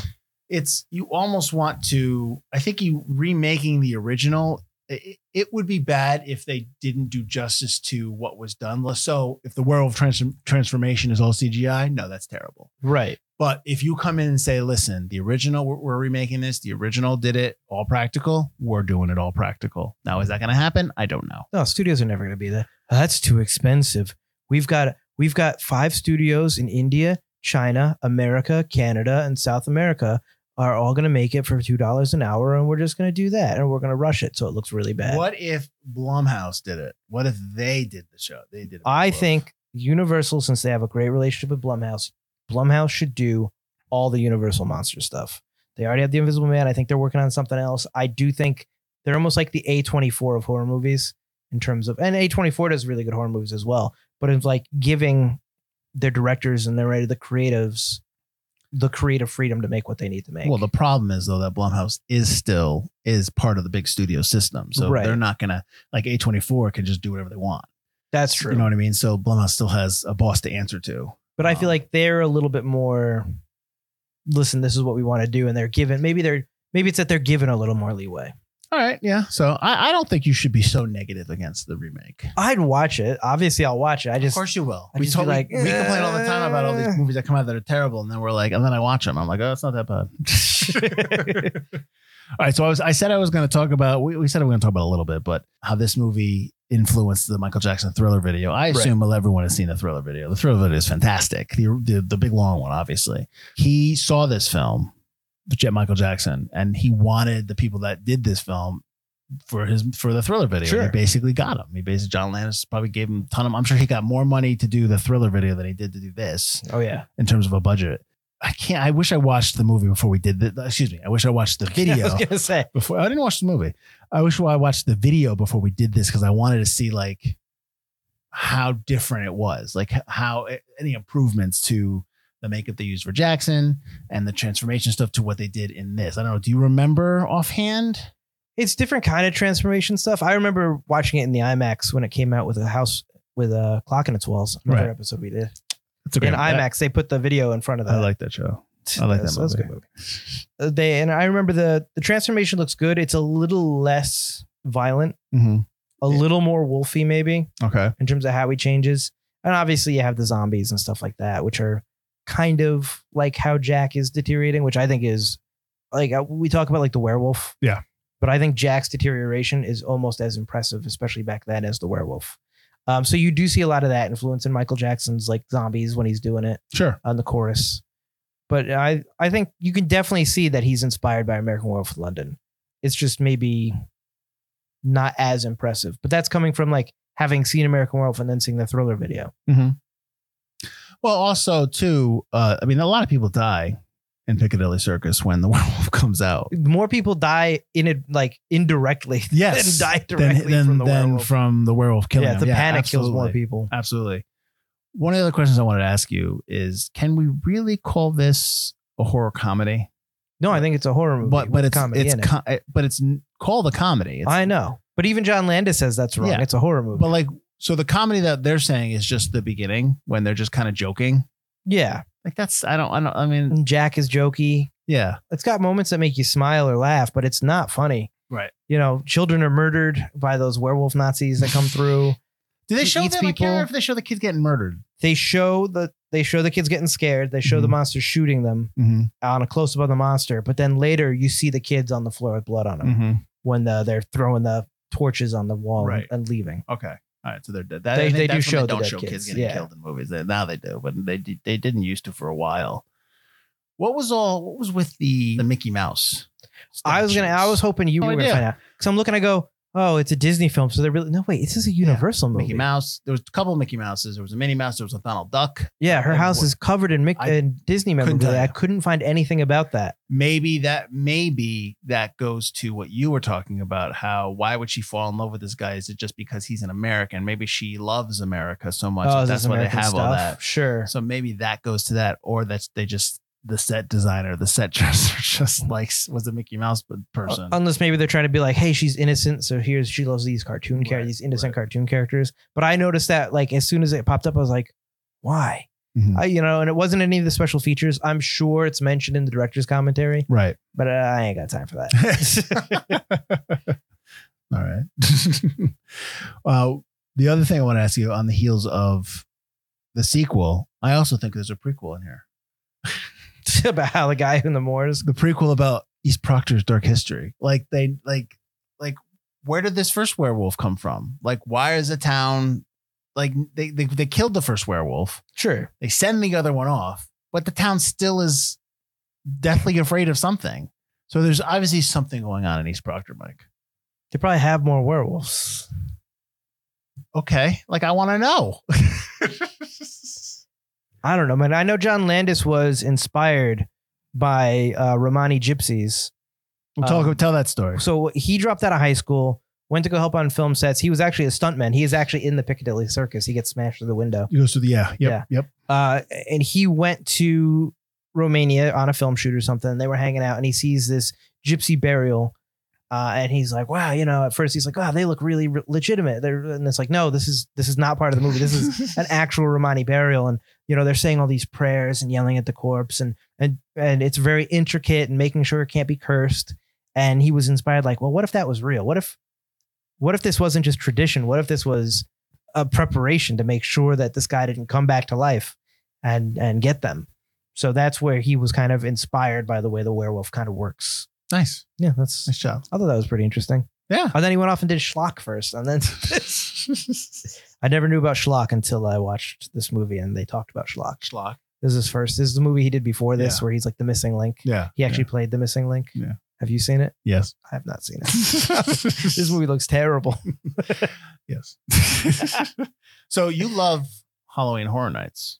it's you almost want to. I think you remaking the original. It, it would be bad if they didn't do justice to what was done. So if the werewolf trans- transformation is all CGI, no, that's terrible.
Right.
But if you come in and say, listen, the original, we're, we're remaking this, the original did it all practical, we're doing it all practical. Now, is that going to happen? I don't know.
No, studios are never going to be there. "Oh, That's too expensive. We've got we've got five studios in India, China, America, Canada, and South America are all going to make it for two dollars an hour, and we're just going to do that, and we're going to rush it so it looks really bad.
What if Blumhouse did it? What if they did the show? They did. it.
I
Well,
think Universal, since they have a great relationship with Blumhouse, Blumhouse should do all the Universal monster stuff. They already have the Invisible Man. I think they're working on something else. I do think they're almost like the A24 of horror movies in terms of, and A24 does really good horror movies as well, but it's like giving their directors and their the creatives the creative freedom to make what they need to make.
Well, the problem is though that Blumhouse is still is part of the big studio system, so
Right.
they're not gonna like A twenty four can just do whatever they want.
that's true.
You know what I mean? So Blumhouse still has a boss to answer to.
But I feel
Um,
like they're a little bit more. Listen, this is what we want to do, and they're given. Maybe they're maybe it's that they're given a little more leeway.
All right, yeah. So I, I don't think you should be so negative against the remake.
I'd watch it. Obviously, I'll watch it. I just
you will.
I'd
we
just be
told like
like,
we, we complain all the time about all
"Eh."
these movies that come out that are terrible, and then we're like, and then I watch them. I'm like, oh, it's not that bad. all right, so I was I said I was going to talk about we, we said we were going to talk about it a little bit, but how this movie influenced the Michael Jackson Thriller video. I
Right.
assume everyone has seen the Thriller video. The Thriller video is fantastic. The the, the big long one, obviously. He saw this film, Jet Michael Jackson, and he wanted the people that did this film for his for the thriller video.
Sure.
He basically got him. He basically John Landis probably gave him a ton of. I'm sure he got more money to do the thriller video than he did to do this
oh yeah,
in terms of a budget. I can't. I wish I watched the movie before we did the. Excuse me. I wish I watched the
I
video
was gonna say
before. I didn't watch the movie. I wish I watched the video before we did this because I wanted to see like how different it was, like how eh, any improvements to the makeup they used for Jackson and the transformation stuff to what they did in this. I don't know. Do you remember offhand?
it's different kind of transformation stuff. I remember watching it in the IMAX when it came out with a house with a clock in its walls. Another
Right.
episode we did
It's a
in IMAX. They put the video in front of that.
I like that show. I like that
That's- that's a good movie. Uh, They and I remember the the transformation looks good. It's a little less violent,
Mm-hmm.
a
Yeah.
little more wolfy maybe.
Okay.
in terms of how he changes. And obviously, you have the zombies and stuff like that, which are kind of like how Jack is deteriorating, which I think is like uh, we talk about like the werewolf.
Yeah.
But I think Jack's deterioration is almost as impressive, especially back then, as the werewolf. Um, so you do see a lot of that influence in Michael Jackson's like zombies when he's doing it
Sure.
on the chorus. But I, I think you can definitely see that he's inspired by American Werewolf in London. It's just maybe not as impressive. But that's coming from like having seen American Werewolf and then seeing the thriller video.
Well, also too, uh, I mean, a lot of people die in Piccadilly Circus when the werewolf comes out.
More people die in it like indirectly
Yes.
than die directly
than,
from the
than
werewolf.
from the werewolf killing.
yeah,
him.
the panic
absolutely.
kills more people.
Absolutely. One of the other questions I wanted to ask you is: Can we really call this a horror comedy?
No, I think it's a horror movie.
But
with
but it's
comedy
it's
in it.
co- eh, but it's n- called a comedy. It's,
I know. But even John Landis says that's wrong.
Yeah.
It's a horror movie.
But like, so the comedy that they're saying is just the beginning when they're just kind of joking.
yeah.
Like that's I don't I don't I mean
And Jack is jokey.
yeah.
It's got moments that make you smile or laugh, but it's not funny.
Right.
You know, children are murdered by those werewolf Nazis that come through.
Do they
He
show
eats
them? I can't remember
people.
if they show the kids getting murdered.
they show the they show the kids getting scared. They show the
Mhm.
monster shooting them
Mm-hmm.
on a close up of the monster, but then later you see the kids on the floor with blood on them
Mm-hmm.
when the, they're throwing the torches on the wall
Right.
and leaving.
Okay. All right. So they're dead. That,
They-
I think
they do
that's when
show the
don't
dead
show kids,
kids,
getting
yeah.
killed in movies. They- now they do, but they did- they didn't used to for a while. What was all? What was with the the Mickey Mouse?
I was gonna I was hoping you
Oh, No
were gonna
idea.
find out because I'm looking. I go oh, it's a Disney film, so they're really no wait. This is a Universal movie.
Mickey Mouse. There was a couple of Mickey Mouses. There was a Minnie Mouse. There was a Donald Duck.
Yeah, her
Oh,
house
boy.
is covered in Mickey
I
and Disney
couldn't
memorabilia.
tell
I
you.
couldn't find anything about that.
Maybe that maybe that goes to what you were talking about. How why would she fall in love with this guy? Is it just because he's an American? Maybe she loves America so much
Oh,
that
is
that's
this
why they
American
have all that.
stuff? Sure.
So maybe that goes to that, or that's they just the set designer, the set dresser, just likes was a Mickey Mouse person.
Unless maybe they're trying to be like, hey, she's innocent, so here's she loves these cartoon char-
Right,
these innocent cartoon characters. But I noticed that like as soon as it popped up, I was like, why?
Mhm.
I, you know, and it wasn't any of the special features. I'm sure it's mentioned in the director's commentary,
right.
but uh, I ain't got time for that.
All right. uh, the other thing I want to ask you on the heels of the sequel, I also think there's a prequel in here.
about how the guy in the moors.
The prequel about East Proctor's dark history. Like they like like where did this first werewolf come from? Like why is the town like they they, they killed the first werewolf.
Sure.
They send the other one off, but the town still is deathly afraid of something. So there's obviously something going on in East Proctor, Mike.
They probably have more werewolves.
Okay. Like I want to know.
I don't know, man. I know John Landis was inspired by uh, Romani gypsies.
We'll talk.
Um,
tell that story.
So he dropped out of high school, went to go help on film sets. He was actually a stuntman. He is actually in the Piccadilly Circus. He gets smashed through the window.
He goes through the yeah, yep,
Yeah.
yep.
Uh, and he went to Romania on a film shoot or something. and They were hanging out, and he sees this gypsy burial. Uh, and he's like, wow, you know, at first he's like, wow, they look really re- legitimate. They're, and it's like, no, this is this is not part of the movie. This is an actual Romani burial, and you know they're saying all these prayers and yelling at the corpse, and and and it's very intricate and making sure it can't be cursed. And he was inspired, like, well, what if that was real? What if, what if this wasn't just tradition? What if this was a preparation to make sure that this guy didn't come back to life and and get them? So that's where he was kind of inspired by the way the werewolf kind of works.
nice,
Yeah, that's.
nice job.
I thought that was pretty interesting.
Yeah.
And then he went off and did schlock first, and then I never knew about schlock until I watched this movie and they talked about schlock.
Schlock.
This is his first. This is the movie he did before this,
Yeah.
where he's like the missing link.
Yeah.
He actually played the missing link.
Yeah.
Have you seen it?
yeah. yes.
I have not seen it. this movie looks terrible.
yes. so you love Halloween Horror Nights.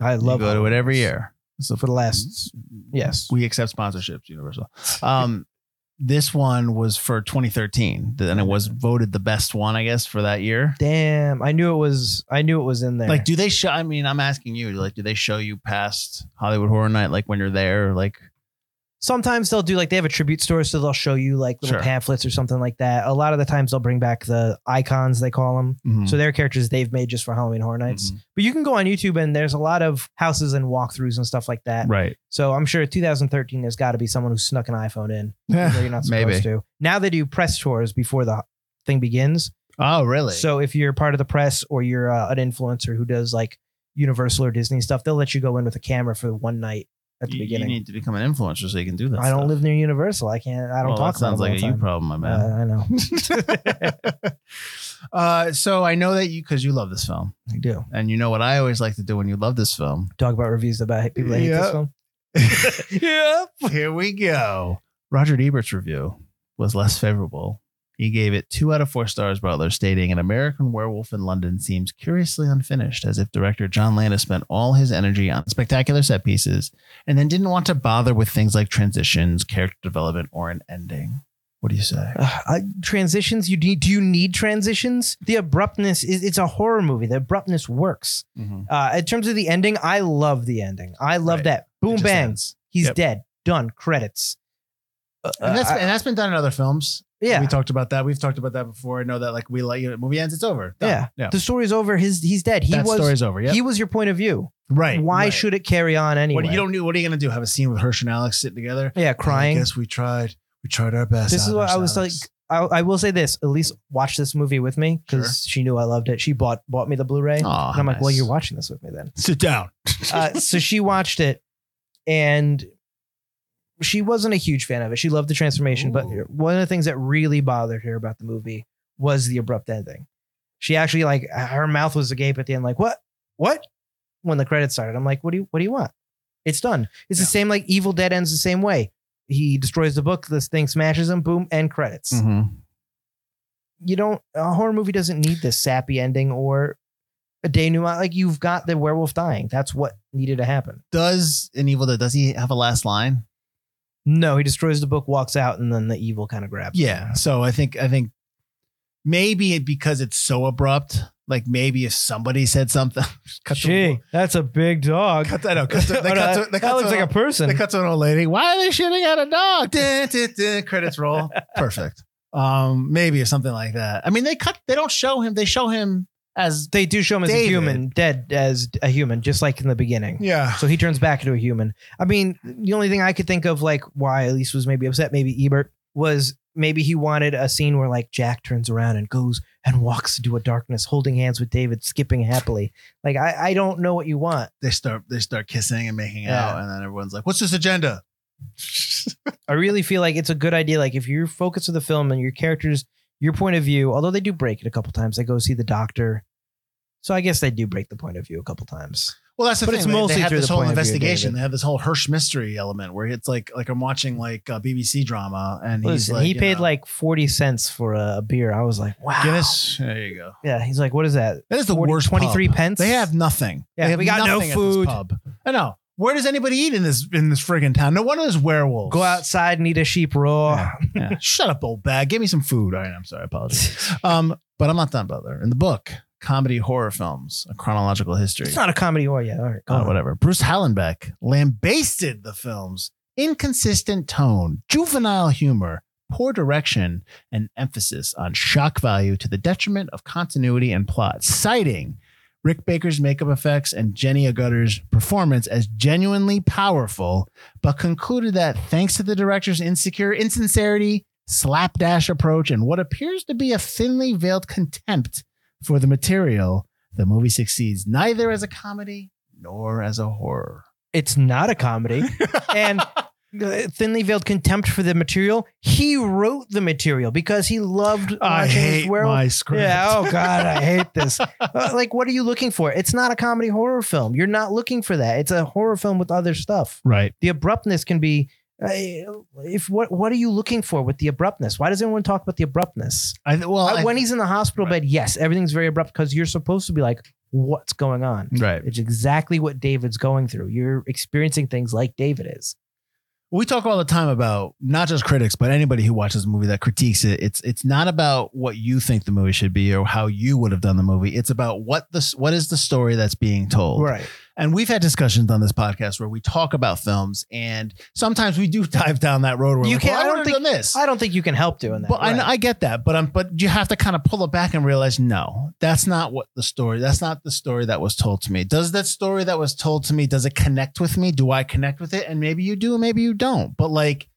I love
you go to it
Halloween.
every year. Mm-hmm. So
for the last. Yes.
we accept sponsorships, Universal. Um, this one was for 2013, and it was voted the best one, I guess, for that year.
Damn, I knew it was. I knew it was in there.
Like, do they show? I mean, I'm asking you. Like, do they show you past Hollywood Horror Night? Like when you're there, like
sometimes they'll do like they have a tribute store, so they'll show you like little
Sure.
pamphlets or something like that. A lot of the times they'll bring back the icons they call them.
Mm-hmm.
So they're characters they've made just for Halloween Horror Nights.
Mhm.
But you can go on YouTube and there's a lot of houses and walkthroughs and stuff like that.
right?
So I'm sure 2013, there's got to be someone who snuck an iPhone in. where you're not supposed
Maybe.
to. Now they do press tours before the thing begins.
Oh, really?
So if you're part of the press or you're uh, an influencer who does like Universal or Disney stuff, they'll let you go in with a camera for one night at the
You-
beginning.
you need to become an influencer so you can do that.
I don't
stuff.
live near Universal. I can't. I don't
Well,
talk.
That
about them
sounds like a
all
you
the time.
problem, my man.
Uh, I know.
uh, so I know that you because you love this film,
I do.
and you know what I always like to do when you love this film.
Talk about reviews about people that hate
Yeah.
this film.
yep. Here we go. Roger Ebert's review was less favorable. He gave it two out of four stars, Butler, stating An American Werewolf in London seems curiously unfinished, as if director John Landis spent all his energy on spectacular set pieces and then didn't want to bother with things like transitions, character development, or an ending. What do you say?
Uh, I, transitions. You need? Do you need transitions? The abruptness is. It's a horror movie. The abruptness works. Uh, in terms of the ending, I love the ending. I love
Right.
that. Boom
just
bang.
ends.
He's
Yep.
dead. Done. Credits.
And that's,
Uh, I-
and that's been done in other films.
yeah.
We talked about that. We've talked about that before. I know that like we like you know, movie ends, it's over. Done.
Yeah.
Yeah.
the story's over. His he's dead. He
that
was
story's over. Yeah.
he was your point of view.
Right.
Why
right.
should it carry on anyway?
What you don't do? What are you gonna do? Have a scene with Hirsch and Alex sitting together?
yeah,
I
crying.
guess we tried. We tried our best.
This is what I was like. I, I will say this. At least watch this movie with me because she knew I loved it. She bought bought me the Blu-ray, and
Oh,
I'm like, well, you're watching this with me then.
Sit down.
uh, so she watched it and she wasn't a huge fan of it. She loved the transformation, but
Ooh.
one of the things that really bothered her about the movie was the abrupt ending. She actually like her mouth was agape at the end, like, what? What? When the credits started, I'm like, what do you what do you want? It's done. It's the
Yeah.
same like Evil Dead ends the same
Mm-hmm.
way. He destroys the book, this thing smashes him, boom, end credits. you don't a horror movie doesn't need this sappy ending or a denouement. Like you've got the werewolf dying. That's what needed to happen.
Does an evil dead, does he have a last line?
No, he destroys the book, walks out, and then the evil kind of grabs. him.
Yeah. So I think, I think maybe because it's so abrupt, like maybe if somebody said something, cut
Gee, that's a big dog.
the, cut that out. Cut the, they
Oh, no,
cut
that
to, they cut
that
to
looks
an
like a person.
They cut to an old lady. Why are they shooting at a dog? Dun, dun, dun. Credits roll. Perfect. Um, maybe or something like that. I mean, they cut. They don't show him. They show him as
they do show him as
David.
a human, dead as a human, just like in the beginning.
yeah.
So he turns back into a human. I mean, the only thing I could think of, like, why Elise was maybe upset, maybe Ebert was maybe he wanted a scene where like Jack turns around and goes and walks into a darkness, holding hands with David, skipping happily. Like, I, I don't know what you want.
They start. They start kissing and making
Yeah.
out, and then everyone's like, "What's this agenda?"
I really feel like it's a good idea. Like, if your focus of the film and your characters, your point of view, although they do break it a couple times, they go see the doctor. So I guess they do break the point of view a couple times.
Well, that's the
But
thing.
it's
They-
mostly
they have
through
this
the
whole
point of view,
investigation.
David.
They have this whole Hirsch mystery element where it's like, like I'm watching like uh, a BBC drama, and he's
Listen,
like,
he
you
paid
know,
like 40 cents for a beer. I was like, wow.
Guinness. There you go.
Yeah, he's like, what is that?
That is the
40
worst. pub.
23 pence.
They have nothing.
Yeah,
they have
we got no
nothing at this
food.
pub. I know. Where does anybody eat in this in this friggin' town? No wonder there's werewolves.
go outside and eat a sheep raw.
Yeah. Shut up, old bag. Give me some food. All right, I'm sorry. I apologize. Um, but I'm not done, brother. In the book, comedy horror films, a chronological history.
it's not a comedy or yeah. All right, go
Oh,
on.
whatever. Bruce Hallenbeck lambasted the film's inconsistent tone, juvenile humor, poor direction, and emphasis on shock value to the detriment of continuity and plot, citing Rick Baker's makeup effects and Jenny Agutter's performance as genuinely powerful, but concluded that thanks to the director's insecure insincerity, slapdash approach, and what appears to be a thinly veiled contempt for the material, the movie succeeds neither as a comedy nor as a horror.
It's not a comedy. and uh, thinly veiled contempt for the material. He wrote the material because he loved
I
watching
hate
his werewolf.
my script.
Yeah. Oh God, I hate this. Uh, like, what are you looking for? It's not a comedy horror film. You're not looking for that. It's a horror film with other stuff.
Right.
The abruptness can be. Uh, if what what are you looking for with the abruptness? Why does everyone talk about the abruptness?
I, well,
Uh,
I,
when he's in the hospital
Right.
bed, yes, everything's very abrupt because you're supposed to be like, what's going on?
right.
It's exactly what David's going through. You're experiencing things like David is.
We talk all the time about not just critics, but anybody who watches a movie that critiques it. It's it's not about what you think the movie should be or how you would have done the movie. It's about what the what is the story that's being told.
Right.
And we've had discussions on this podcast where we talk about films, and sometimes we do dive down that road where
You
we're like,
can't-
well,
I
I
don't
would've
think-
done this.
I don't think you can help doing that.
But I,
Right.
I get that. But I'm but you have to kind of pull it back and realize no, that's not what the story. That's not the story that was told to me. Does that story that was told to me does it connect with me? Do I connect with it? And maybe you do, and maybe you don't. But like,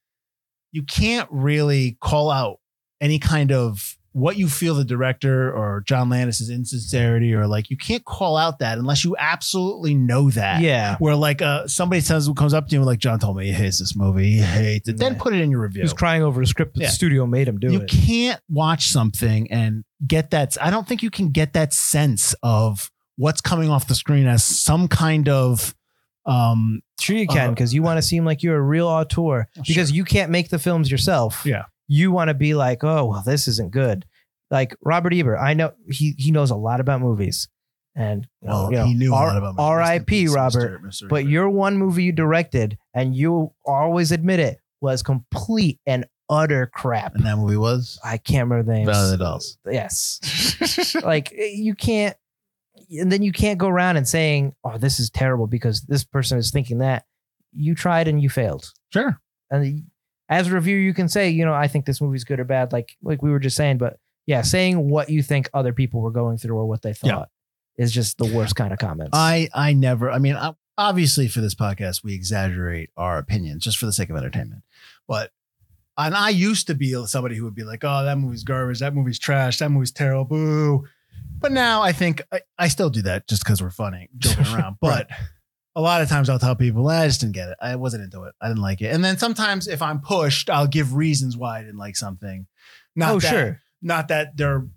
you can't really call out any kind of what you feel the director or John Landis's insincerity or like you can't call out that unless you absolutely know that
yeah.
where like uh somebody says comes up to you and like John told me he hates this movie he hates it then
Yeah.
put it in your review
He was crying over a script that
Yeah.
the studio made him do
you
it.
can't watch something and get that i don't think you can get that sense of what's coming off the screen as some kind of um
Sure, you can
Uh,
because you want to seem like you're a real auteur because you can't make the films yourself.
Yeah.
You want to be like, oh, well, this isn't good. Like Robert Ebert, I know he he knows a lot about movies, and you know,
well,
you know,
he knew
R-
a lot about movies.
R.I.P.
Rest in peace,
Robert.
Mr. Mr.
But your one movie you directed, and you always admit it, was complete and utter crap.
and that movie was
I can't remember the names.
Valley Dolls.
Yes. like eh, you can't, and then you can't go around and saying, "Oh, this is terrible" because this person is thinking that you tried and you failed.
sure
And as a reviewer, you can say, you know, I think this movie's good or bad, like like we were just saying. But yeah, saying what you think other people were going through or what they
Yeah.
thought is just the worst kind of comments.
i i never i mean I, obviously for this podcast we exaggerate our opinions just for the sake of entertainment but and I used to be somebody who would be like, "Oh, that movie's garbage. That movie's trash. That movie's terrible. Boo!" But now I think I, I still do that just because we're funny, joking around. But a lot of times I'll tell people, "I just didn't get it. I wasn't into it. I didn't like it." And then sometimes if I'm pushed, I'll give reasons why I didn't like something. Not
oh
that,
sure,
Not that they're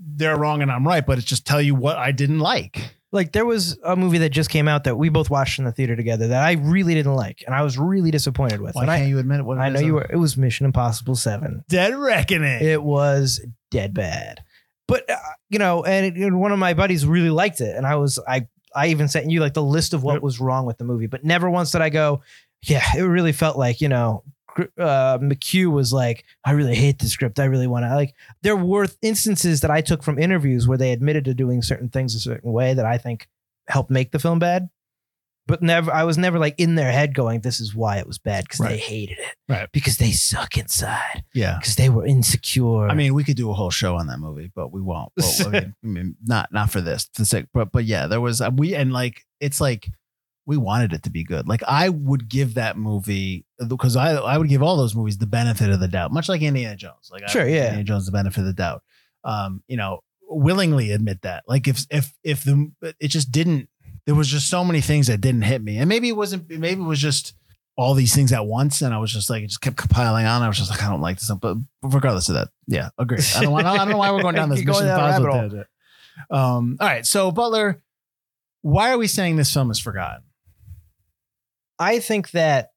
they're wrong and I'm right, but it's just tell you what I didn't like.
like there was a movie that just came out that we both watched in the theater together that I really didn't like, and I was really disappointed with.
Why
and
can't
I,
you admit it? What it
I
is
know you
I'm-
were. It was Mission Impossible Seven.
dead reckoning.
It was dead bad. But uh, you know, and, it, and one of my buddies really liked it, and I was I I even sent you like the list of what
Yep.
was wrong with the movie, but never once did I go, yeah, it really felt like you know. Gr- Uh, McHugh was like, I really hate the script. I really want to like. There were instances that I took from interviews where they admitted to doing certain things a certain way that I think helped make the film bad. But never, I was never like in their head going, "This is why it was bad" because they
Right.
hated it,
Right.
Because they suck inside,
Yeah.
because they were insecure.
I mean, we could do a whole show on that movie, but we won't. Well, I, mean, I mean, not not for this, the sick, but but yeah, there was uh, we and like it's like we wanted it to be good. Like I would give that movie because I I would give all those movies the benefit of the doubt, much like Indiana Jones. Like I
Sure,
would give
yeah.
Indiana Jones the benefit of the doubt. Um, you know, willingly admit that. Like if if if the it just didn't. There was just so many things that didn't hit me, and maybe it wasn't. Maybe it was just all these things at once, and I was just like, it just kept compiling on. I was just like, I don't like this, but regardless of that, yeah, agree. I don't, want, I don't know why we're going down this
Keep going
mission
down
Impossible
rabbit hole.
tangent. Um, all right, so Butler, why are we saying this film is forgotten?
I think that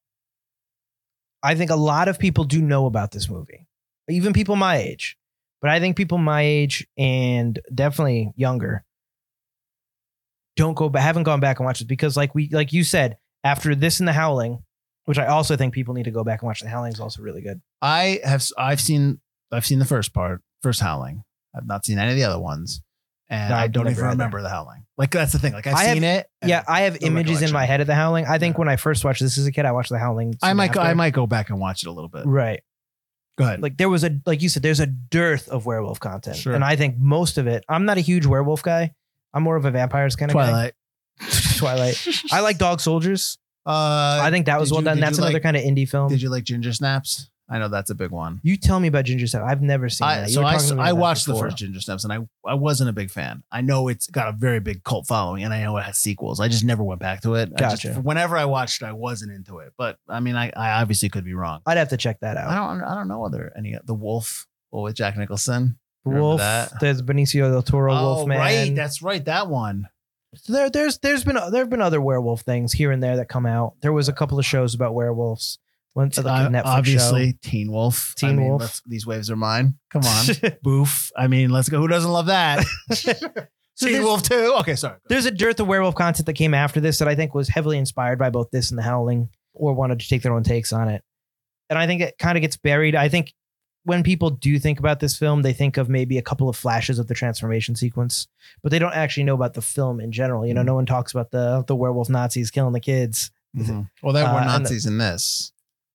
I think a lot of people do know about this movie, even people my age. But I think people my age and definitely younger don't go back, haven't gone back and watched it because, like we, like you said, after this and the Howling, which I also think people need to go back and watch. The Howling is also really good.
I have I've seen I've seen the first part, first Howling. I've not seen any of the other ones, and
No,
I
I've
don't
never
even
either.
remember the Howling. Like that's the thing. Like I've
I have-
seen it. and
Yeah, I have
no
images in my
recollection.
head of The Howling. I think
Yeah.
when I first watched this as a kid, I watched The Howling.
I
soon
might go,
after.
I might go back and watch it a little bit.
right.
Go ahead.
like there was a like you said there's a dearth of werewolf content
Sure.
and i think most of it i'm not a huge werewolf guy i'm more of a vampires kind of
Twilight.
guy twilight i like dog soldiers
Uh,
i think that was
did
well
you-
done
did
that's
you
another
like-
kind of indie film
Did
you,
you like Ginger Snaps? I know that's a big one.
tell me about ginger snaps i've never seen
I,
that. You
so
were
I,
talking to me
I
about that
watched the
before.
first Ginger Snaps and I, I wasn't a big fan. I know it's got a very big cult following and I know it has sequels. I just never went back to it. I just-
Gotcha.
whenever I watched it, I wasn't into it. But I mean, I, I obviously could be wrong.
i'd have to check that
I
out
don't I don't know whether any the Wolf or with Jack Nicholson. remember
wolf
that. Oh,
there's benicio del toro wolfman
right, that's right, that one.
there, there's there's been there have been other werewolf things here and there that come out there was a couple of shows about werewolves once like a
Uh,
netflix
obviously, Teen Wolf.
Teen
I mean,
Wolf.
let's- These waves are mine. Come on,
show.
boof. I mean, let's go. Who doesn't love that? Teen
there's-
Wolf Two. Okay, sorry.
there's a dearth of werewolf content that came after this that I think was heavily inspired by both this and The Howling, or wanted to take their own takes on it. And I think it kind of gets buried. I think when people do think about this film, they think of maybe a couple of flashes of the transformation sequence, but they don't actually know about the film in general.
Mm-hmm.
You know, no one talks about the the werewolf Nazis killing the kids.
Mhm. Well, there were
Uh, and the-
Nazis in this.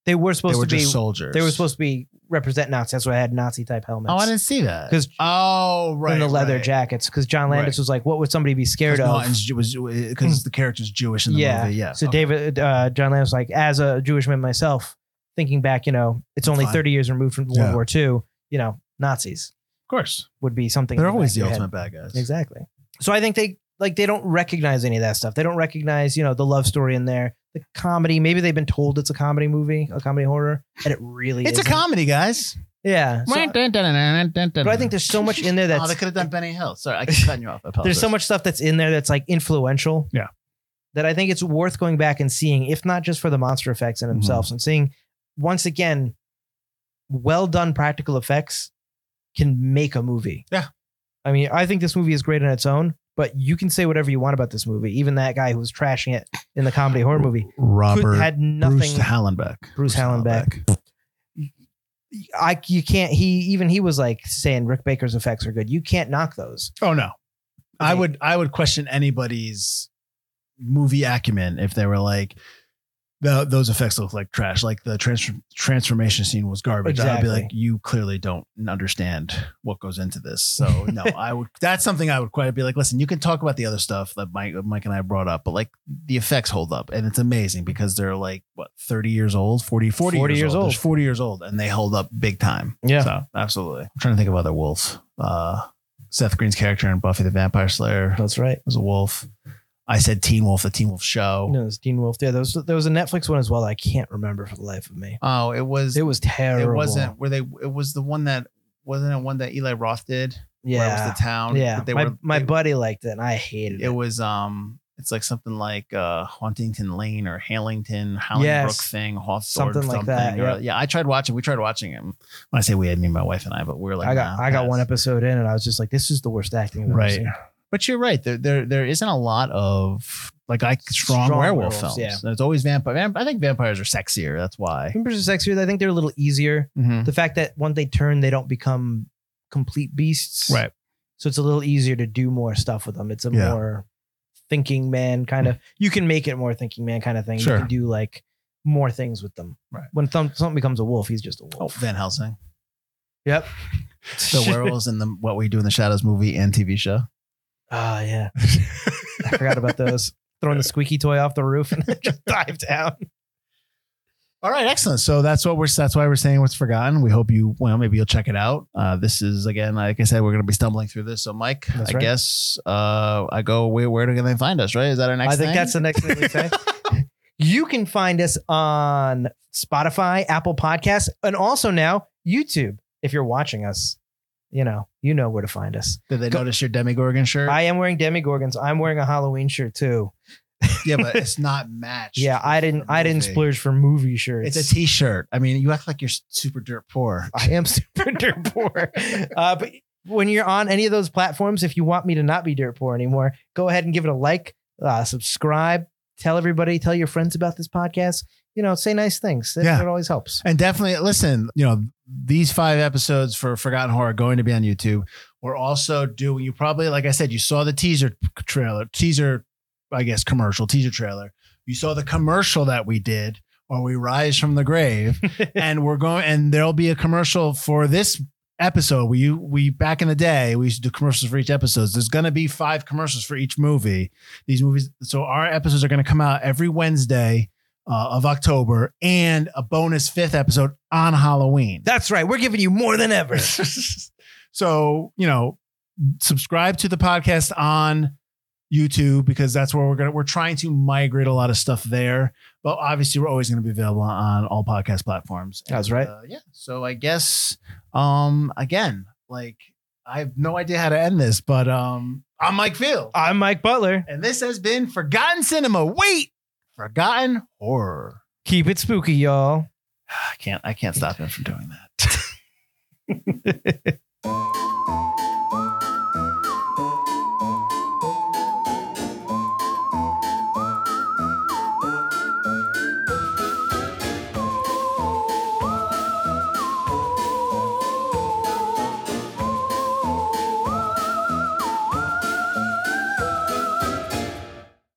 They were
They
supposed
were
to be
just soldiers.
they were supposed to be represent Nazis. That's why I had Nazi type helmets.
Oh, I didn't see that.
'Cause-
oh, right,
and the leather
right.
jackets, because John Landis
Right.
was like, "What would somebody be scared
'Cause
of?" Hmm.
Norton's Jew- was because the character's Jewish in the
Yeah.
movie. Yeah.
So
Okay.
David uh, John Lennon's like, as a Jewish man myself, thinking back, you know, it's only
Fine.
30 years removed from World
Yeah.
War II. You know, Nazis
of course,
would be something.
they're
in
always
back
the
of your
ultimate bad guys.
head. Exactly. So I think they like they don't recognize any of that stuff. They don't recognize, you know, the love story in there, the comedy. Maybe they've been told it's a comedy movie, a comedy horror, and it really
It's a
isn't.
comedy, guys.
Yeah. So-
but
but I think there's so much in there that's
oh, they could have done Benny Hill. Sorry, I keep cutting you off. I
there's so
apologize.
much stuff that's in there that's like influential.
Yeah.
That I think it's worth going back and seeing, if not just for the monster effects
Mm-hmm.
in themselves, and seeing once again, well done practical effects can make a movie.
Yeah.
I mean, I think this movie is great on its own, but you can say whatever you want about this movie. Even that guy who was trashing it in the comedy horror movie could-
Robert
had nothing.
Bruce Hallenbeck.
Bruce Hallenbeck. I you can't. He even he was like saying Rick Baker's effects are good. You can't knock those.
Oh no, I
They-
would I would question anybody's movie acumen if they were like. "Tho- those effects look like trash. Like the trans- transformation scene was garbage. I'd be
Exactly.
like, you clearly don't understand what goes into this. So no, I would. That's something I would quite be like. Listen, you can talk about the other stuff that Mike, Mike and I brought up, but like the effects hold up, and it's amazing because they're like what thirty years old, 40, 40,
40
years,
years
old,
old.
There's forty years old, and they hold up big time.
Yeah.
so absolutely. I'm trying to think of other wolves. Uh, Seth Green's character in Buffy the Vampire Slayer
That's right.
was a wolf. I said Teen Wolf, the Teen Wolf show.
No, it's Teen Wolf. Yeah, there was there was a Netflix one as well. That I can't remember for the life of me.
Oh, it was.
It was
It
terrible.
wasn't. Were they? It was the one that wasn't it one that Eli Roth did. Where it
Yeah,
was the town.
yeah.
that They
my
were,
my
they-
buddy liked it, and I hated it.
It was um. It's like something like uh, Hauntington Lane or Halington, Howling Brook
Yes.
thing, Hawthorne,
Something like that,
something, or-
yep.
Yeah, I tried watching. We tried watching it. When I say we, I mean my wife and I, but we are like,
I got
nah,
I got
pass.
one episode in, and I was just like, "This is the worst acting." I've
Right.
Ever seen.
But you're right. There, there, there isn't a lot of like I strong,
Strong
werewolf
werewolves,
films.
yeah.
There's always vampire. vamp- I think vampires are sexier. That's why.
Vampires are sexier. I think they're a little
Mm-hmm.
easier. The fact that once they turn, they don't become complete beasts.
Right.
So it's a little easier to do more stuff with them. It's a
Yeah. Mm-hmm.
more thinking man kind of. You can make it more thinking man kind of thing.
Sure.
You can do like more things with them.
Right.
When thump something becomes a wolf, he's just a
Oh,
wolf.
Van Helsing.
Yep.
The werewolves in the What We Do in the Shadows movie and TV show.
Ah, yeah. I forgot about those. Throwing the squeaky toy off the roof and then just dive down.
All right, excellent. So that's what we're that's why we're saying what's forgotten. We hope you well maybe you'll check it out. Uh, this is again, like I said, we're going to be stumbling through this. So Mike,
That's
I
right.
guess uh, I go where where do they find us? Right? Is that our next?
I think
thing?
that's the next thing we say. you can find us on Spotify, Apple Podcasts, and also now YouTube. If you're watching us, you know, you know where to find us.
Did they
Go-
notice your Demigorgon shirt?
I am wearing Demigorgons. I'm wearing a Halloween shirt too.
yeah, but it's not matched.
Yeah, I
with
didn't
the
I didn't
movie.
splurge for movie shirts.
It's a T-shirt. I mean, you act like you're super dirt poor.
I am super dirt poor. Uh, but when you're on any of those platforms, if you want me to not be dirt poor anymore, go ahead and give it a like, uh, subscribe, tell everybody, tell your friends about this podcast. You know, say nice things. It,
Yeah.
it always helps.
And definitely listen, you know, these five episodes for Forgotten Horror are going to be on YouTube. We're also doing you probably like I said, you saw the teaser trailer, teaser, I guess commercial, teaser trailer. You saw the commercial that we did or we rise from the grave. and we're going and there'll be a commercial for this episode. We we back in the day, we used to do commercials for each episode. There's gonna be five commercials for each movie. These movies so our episodes are gonna come out every Wednesday uh, of October and a bonus fifth episode on Halloween.
That's right. We're giving you more than ever.
so, you know, subscribe to the podcast on YouTube because that's where we're going to, we're trying to migrate a lot of stuff there. But obviously, we're always going to be available on all podcast platforms.
That's right.
Uh, yeah. So I guess, um, again, like I have no idea how to end this, but, um, I'm Mike Field
I'm Mike Butler.
and this has been Forgotten Cinema. Wait, Forgotten Horror.
Keep it spooky, y'all.
I can't I can't stop him from doing that.